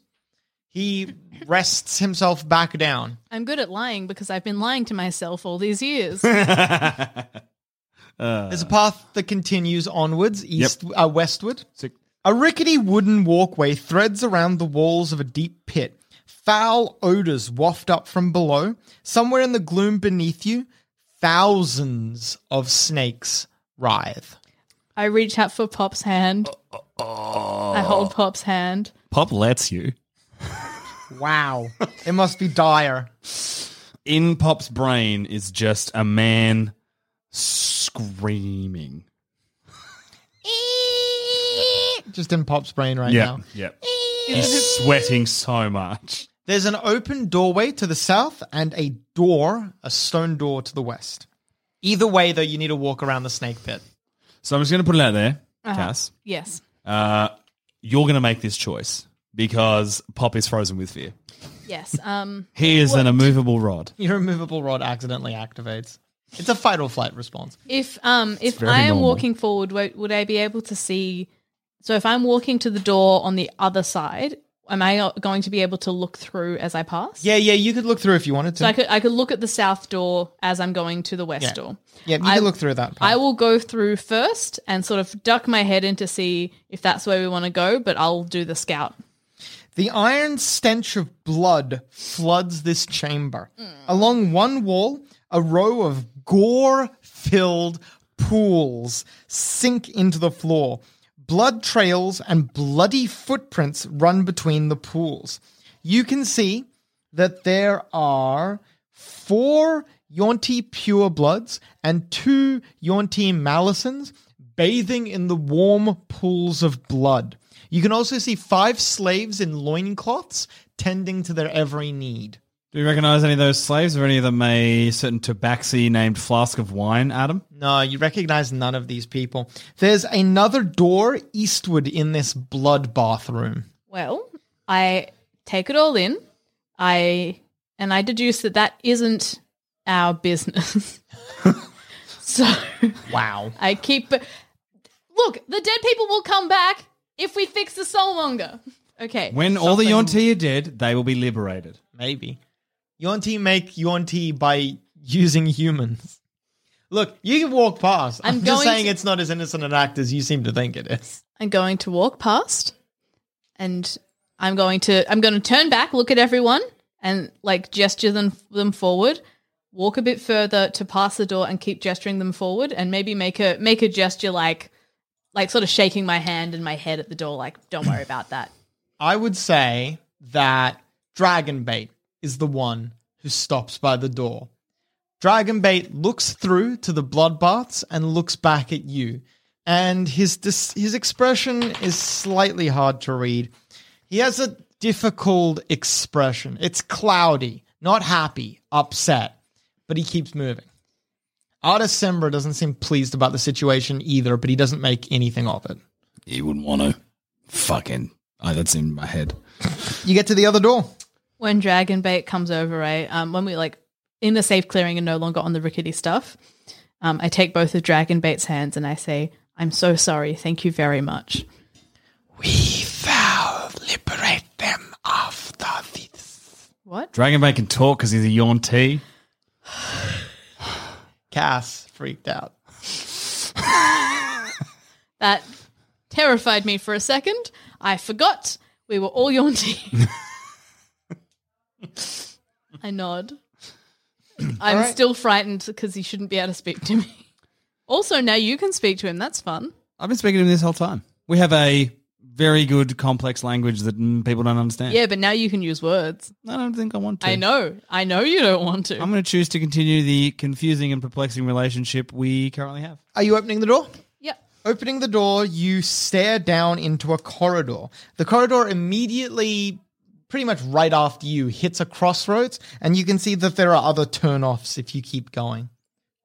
S4: He rests himself back down.
S5: I'm good at lying because I've been lying to myself all these
S8: *laughs*
S5: years. *laughs*
S8: Uh.
S4: There's a path that continues onwards, east uh, westward.
S8: Sick.
S4: A rickety wooden walkway threads around the walls of a deep pit. Foul odors waft up from below. Somewhere in the gloom beneath you, thousands of snakes writhe.
S5: I reach out for Pop's hand.
S7: Oh.
S5: I hold Pop's hand.
S8: Pop lets you.
S4: Wow. *laughs* it must be dire.
S8: In Pop's brain is just a man screaming.
S4: Just in Pop's brain right
S8: Yeah,
S4: now.
S8: yeah. He's sweating so much.
S4: There's an open doorway to the south and a door, a stone door to the west. Either way, though, you need to walk around the snake pit.
S8: So I'm just going to put it out there,
S5: Uh-huh.
S8: Cass.
S5: Yes.
S8: Uh, you're going to make this choice because Pop is frozen with fear.
S5: Yes. *laughs* Um.
S8: He is an immovable rod.
S4: Your removable rod accidentally activates. It's a fight or flight response.
S5: If um if
S8: very
S5: I am
S8: normal.
S5: walking forward, wo- would I be able to see? So if I'm walking to the door on the other side, am I uh, going to be able to look through as I pass?
S4: Yeah, yeah, you could look through if you wanted to.
S5: So I could oh, I could look at the south door as I'm going to the west
S4: Yeah.
S5: door.
S4: yeah, you
S5: I-
S4: could look through that.
S5: I
S4: part.
S5: will go through first and sort of duck my head in to see if that's where we want to go, but I'll do the scout.
S4: The iron stench of blood floods this chamber.
S5: Mm.
S4: Along one wall, a row of gore filled pools sink into the floor. Blood trails and bloody footprints run between the pools. You can see that there are four Yonti pure bloods and two Yonti malisons bathing in the warm pools of blood. You can also see five slaves in loincloths tending to their every need.
S8: Do you recognize any of those slaves or any of them a certain tabaxi named flask of wine, Adam?
S4: No, you recognize none of these people. There's another door eastward in this blood bathroom.
S5: Well, I take it all in. I and I deduce that that isn't our business. *laughs* so
S4: Wow.
S5: I keep Look, the dead people will come back if we fix the soulmonger. Okay.
S8: When all the Yonti are dead, they will be liberated.
S4: Maybe. Yonti make Yonti by using humans. Look, you can walk past. I'm,
S5: I'm
S4: just
S5: going
S4: saying
S5: to-
S4: it's not as innocent an act as you seem to think it is.
S5: I'm going to walk past and I'm going to I'm going to turn back, look at everyone and like gesture them them forward, walk a bit further to pass the door and keep gesturing them forward and maybe make a make a gesture like like sort of shaking my hand and my head at the door like don't worry about that.
S4: I would say that Dragonbait is the one who stops by the door. Dragonbait looks through to the bloodbaths and looks back at you, and his dis- his expression is slightly hard to read. He has a difficult expression. It's cloudy, not happy, upset, but he keeps moving. Artis Sembra doesn't seem pleased about the situation either, but he doesn't make anything of it.
S7: He wouldn't want to. Fucking. Oh, that's in my head.
S4: You get to the other door.
S5: *clears throat* when dragon bait comes over, right? Um, when we like in the safe clearing and no longer on the rickety stuff, um, I take both of dragon bait's hands and I say, "I'm so sorry. Thank you very much."
S6: Thou liberate them after this.
S5: What?
S8: Dragonbait can talk because he's a yawn tea.
S4: Cass freaked out.
S5: *laughs* That terrified me for a second. I forgot we were all yawning. *laughs* I
S8: *clears throat*
S5: nod. I'm
S4: Alright.
S5: still frightened because he shouldn't be able to speak to me. Also, now you can speak to him. That's fun.
S8: I've been speaking to him this whole time. We have a very good complex language that mm, people don't understand.
S5: Yeah, but now you can use words.
S8: I don't think I want to.
S5: I know. I know you don't want to.
S8: I'm going to choose to continue the confusing and perplexing relationship we currently have.
S4: Are you opening the door?
S5: Yep.
S4: Opening the door, you stare down into a corridor. The corridor immediately, pretty much right after you, hits a crossroads, and you can see that there are other turnoffs if you keep going.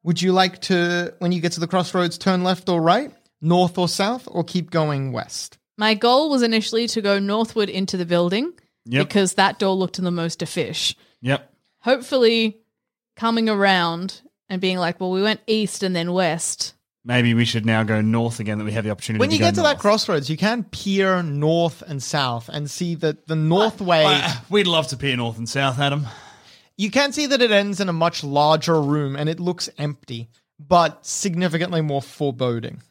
S4: Would you like to, when you get to the crossroads, turn left or right, north or south, or keep going west?
S5: My goal was initially to go northward into the building
S8: Yep.
S5: because that door looked the most to fish.
S8: Yep.
S5: Hopefully, coming around and being like, well, we went east and then west.
S8: Maybe we should now go north again that we have the opportunity
S4: When
S8: to
S4: you
S8: go
S4: get to
S8: north.
S4: that crossroads, you can peer north and south and see that the north way.
S8: Uh, we'd love to peer north and south, Adam.
S4: You can see that it ends in a much larger room and it looks empty, but significantly more foreboding.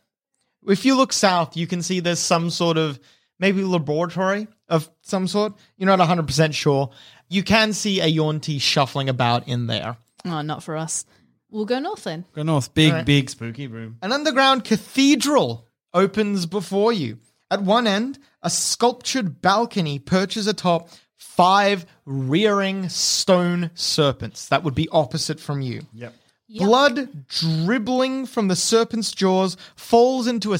S4: If you look south, you can see there's some sort of maybe laboratory of some sort. You're not 100% sure. You can see a Yonti shuffling about in there.
S5: Oh, not for us. We'll go north then.
S8: Go north. Big,
S4: Alright.
S8: big spooky room.
S4: An underground cathedral opens before you. At one end, a sculptured balcony perches atop five rearing stone serpents that would be opposite from you.
S8: Yep.
S4: Blood dribbling from the serpent's jaws falls into a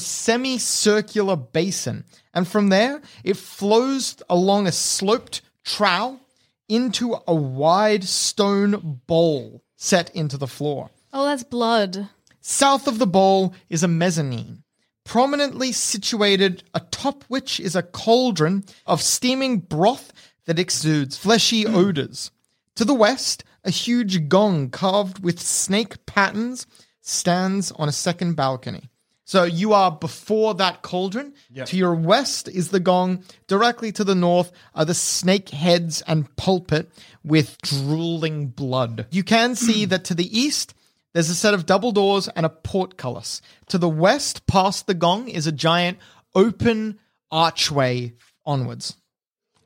S4: semicircular basin, and from there it flows along a sloped trowel into a wide stone bowl set into the floor.
S5: Oh, that's blood.
S4: South of the bowl is a mezzanine, prominently situated atop which is a cauldron of steaming broth that exudes fleshy odors. To the west, a huge gong carved with snake patterns stands on a second balcony. So you are before that cauldron. To your west is the gong. Directly to the north are the snake heads and pulpit with drooling blood. You can see that to the east, there's a set of double doors and a portcullis. To the west, past the gong, is a giant open archway onwards.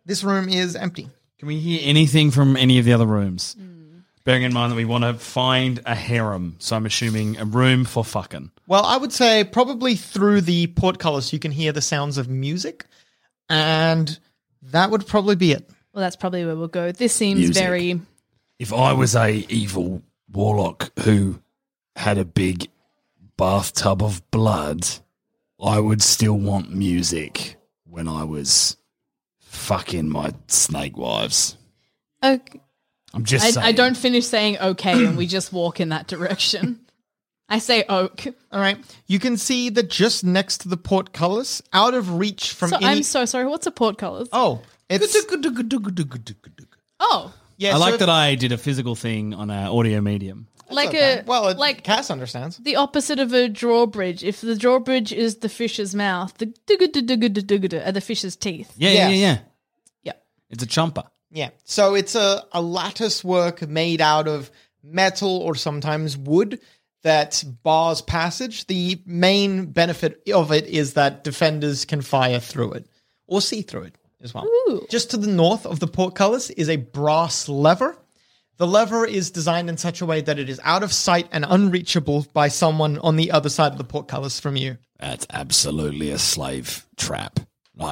S4: This room is empty.
S8: Can we hear anything from any of the other rooms? Bearing in mind that we want to find a harem, so I'm assuming a room for fucking.
S4: Well, I would say probably through the portcullis, you can hear the sounds of music, and that would probably be it.
S5: Well, that's probably where we'll go. This seems
S7: Music.
S5: very.
S7: If I was a evil warlock who had a big bathtub of blood, I would still want music when I was fucking my snake wives.
S5: Okay.
S7: I'm just
S5: I,
S7: saying.
S5: I don't finish saying okay
S4: *clears throat*
S5: and we just walk in that direction. I say oak.
S4: All right. You can see that just next to the portcullis, out of reach from
S5: so
S4: any.
S5: I'm so sorry. What's a portcullis?
S4: oh, it's.
S5: Oh,
S4: Yeah,
S8: I like
S4: so-
S8: that I did a physical thing on an audio medium.
S5: like a
S4: Well, it,
S5: like
S4: Cass understands.
S5: the opposite of a drawbridge. If the drawbridge is the fish's mouth, the digga are the fish's teeth.
S8: Yeah,
S4: Yeah.
S8: yeah, yeah, yeah.
S5: Yeah.
S8: It's a chomper.
S4: Yeah. So it's a, a lattice work made out of metal or sometimes wood that bars passage. The main benefit of it is that defenders can fire through it or see through it as well. Just to the north of the portcullis is a brass lever. The lever is designed in such a way that it is out of sight and unreachable by someone on the other side of the portcullis from you.
S7: That's absolutely a slave trap. *clears throat*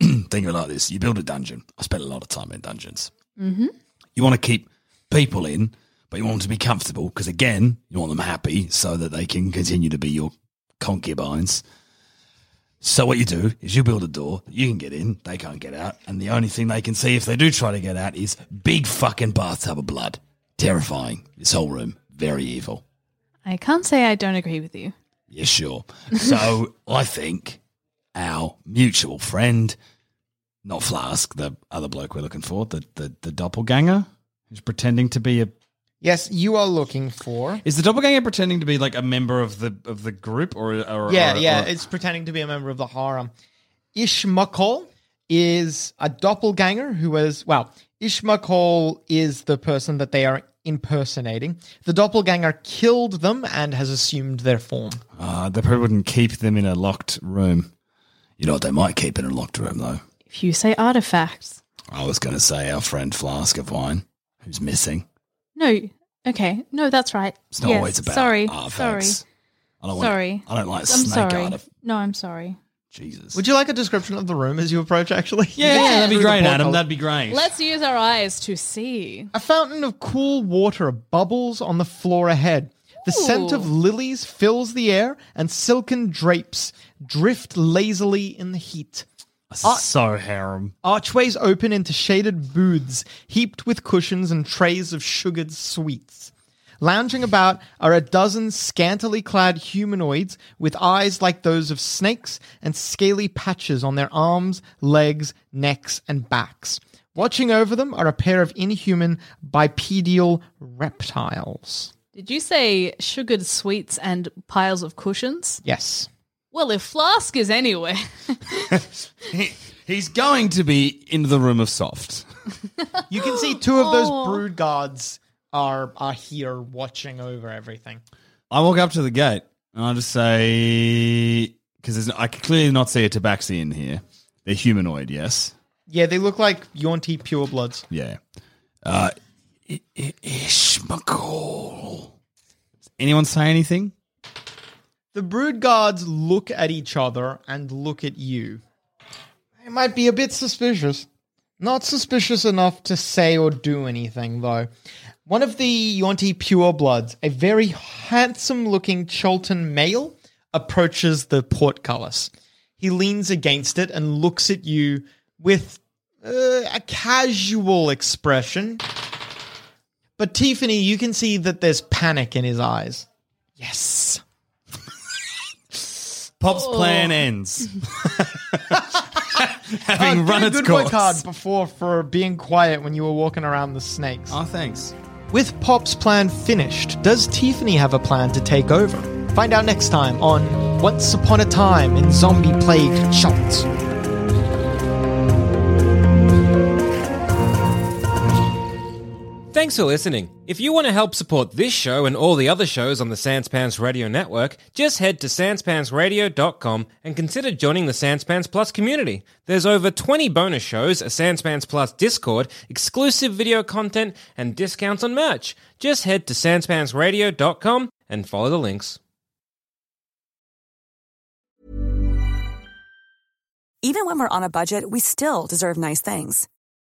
S7: Like, think of it like this: you build a dungeon. I spent a lot of time in dungeons. Mm-hmm. You want to keep people in, but you want them to be comfortable because, again, you want them happy so that they can continue to be your concubines. So what you do is you build a door that you can get in, they can't get out, and the only thing they can see if they do try to get out is big fucking bathtub of blood. Terrifying. This whole room, very evil.
S5: I can't say I don't agree with you.
S7: Yeah, sure. So I think our mutual friend, not Flask, the other bloke we're looking for, the the, the doppelganger who's pretending to be a
S4: Yes, you are looking for.
S8: Is the doppelganger pretending to be like a member of the of the group or or
S4: yeah,
S8: or-
S4: yeah.
S8: or-
S4: It's pretending to be a member of the harem. Ishmakol is a doppelganger who is well. Ishmakol is the person that they are impersonating. The doppelganger killed them and has assumed their form.
S7: Uh, they probably wouldn't keep them in a locked room. You know what they might keep in a locked room, though?
S5: If you say artifacts,
S7: I was going to say our friend Flask of Wine, who's missing.
S5: no. Okay, no, that's right.
S7: It's not
S5: Yes,
S7: always about
S5: sorry,
S7: artifacts.
S5: sorry,
S7: I don't want-
S5: sorry.
S7: I don't like
S5: I'm
S7: snake
S5: sorry.
S7: artif-
S5: No, I'm sorry.
S7: Jesus.
S4: Would you like a description of the room as you approach? Actually,
S5: Yeah, yeah, that'd be
S4: Through the
S8: great, Adam,
S4: porthole.
S8: that'd be great.
S5: Let's use our eyes to see.
S4: A fountain of cool water bubbles on the floor ahead. The scent of lilies fills the air, and silken drapes drift lazily in the heat.
S8: so harem.
S4: Archways open into shaded booths heaped with cushions and trays of sugared sweets. Lounging about are a dozen scantily clad humanoids with eyes like those of snakes and scaly patches on their arms, legs, necks, and backs. Watching over them are a pair of inhuman bipedal reptiles.
S5: Did you say sugared sweets and piles of cushions?
S4: Yes.
S5: Well, if Flask is anywhere,
S8: He's going to be in the room of soft.
S4: You can see two of those
S5: *laughs* Oh.
S4: brood guards are are here watching over everything.
S8: I walk up to the gate and I just say because I can clearly not see a tabaxi in here. They're humanoid, yes.
S4: Yeah, they look like Yaunty purebloods.
S8: Yeah. Uh, I- I- Ishmakal. Does anyone say anything?
S4: The brood guards look at each other and look at you. They might be a bit suspicious. Not suspicious enough to say or do anything, though. One of the Yonti purebloods, a very handsome looking Cholton male, approaches the portcullis. He leans against it and looks at you with uh, a casual expression. But Tiffany, you can see that there's panic in his eyes. Yes.
S8: *laughs* Pop's
S4: Oh.
S8: plan ends. *laughs*
S4: *laughs*
S8: Having
S4: Uh, get
S8: run
S4: a
S8: its
S4: good
S8: course.
S4: boy card before for being quiet when you were walking around the snakes.
S8: Oh, thanks.
S4: With Pop's plan finished, does Tiffany have a plan to take over? Find out next time on Once Upon a Time in Zombie Plague Shots.
S3: Thanks for listening. If you want to help support this show and all the other shows on the Sanspants Radio Network, just head to sanspantsradio.com and consider joining the Sanspants Plus community. There's over 20 bonus shows, a Sanspants Plus Discord, exclusive video content, and discounts on merch. Just head to sanspantsradio.com and follow the links.
S9: Even when we're on a budget, we still deserve nice things.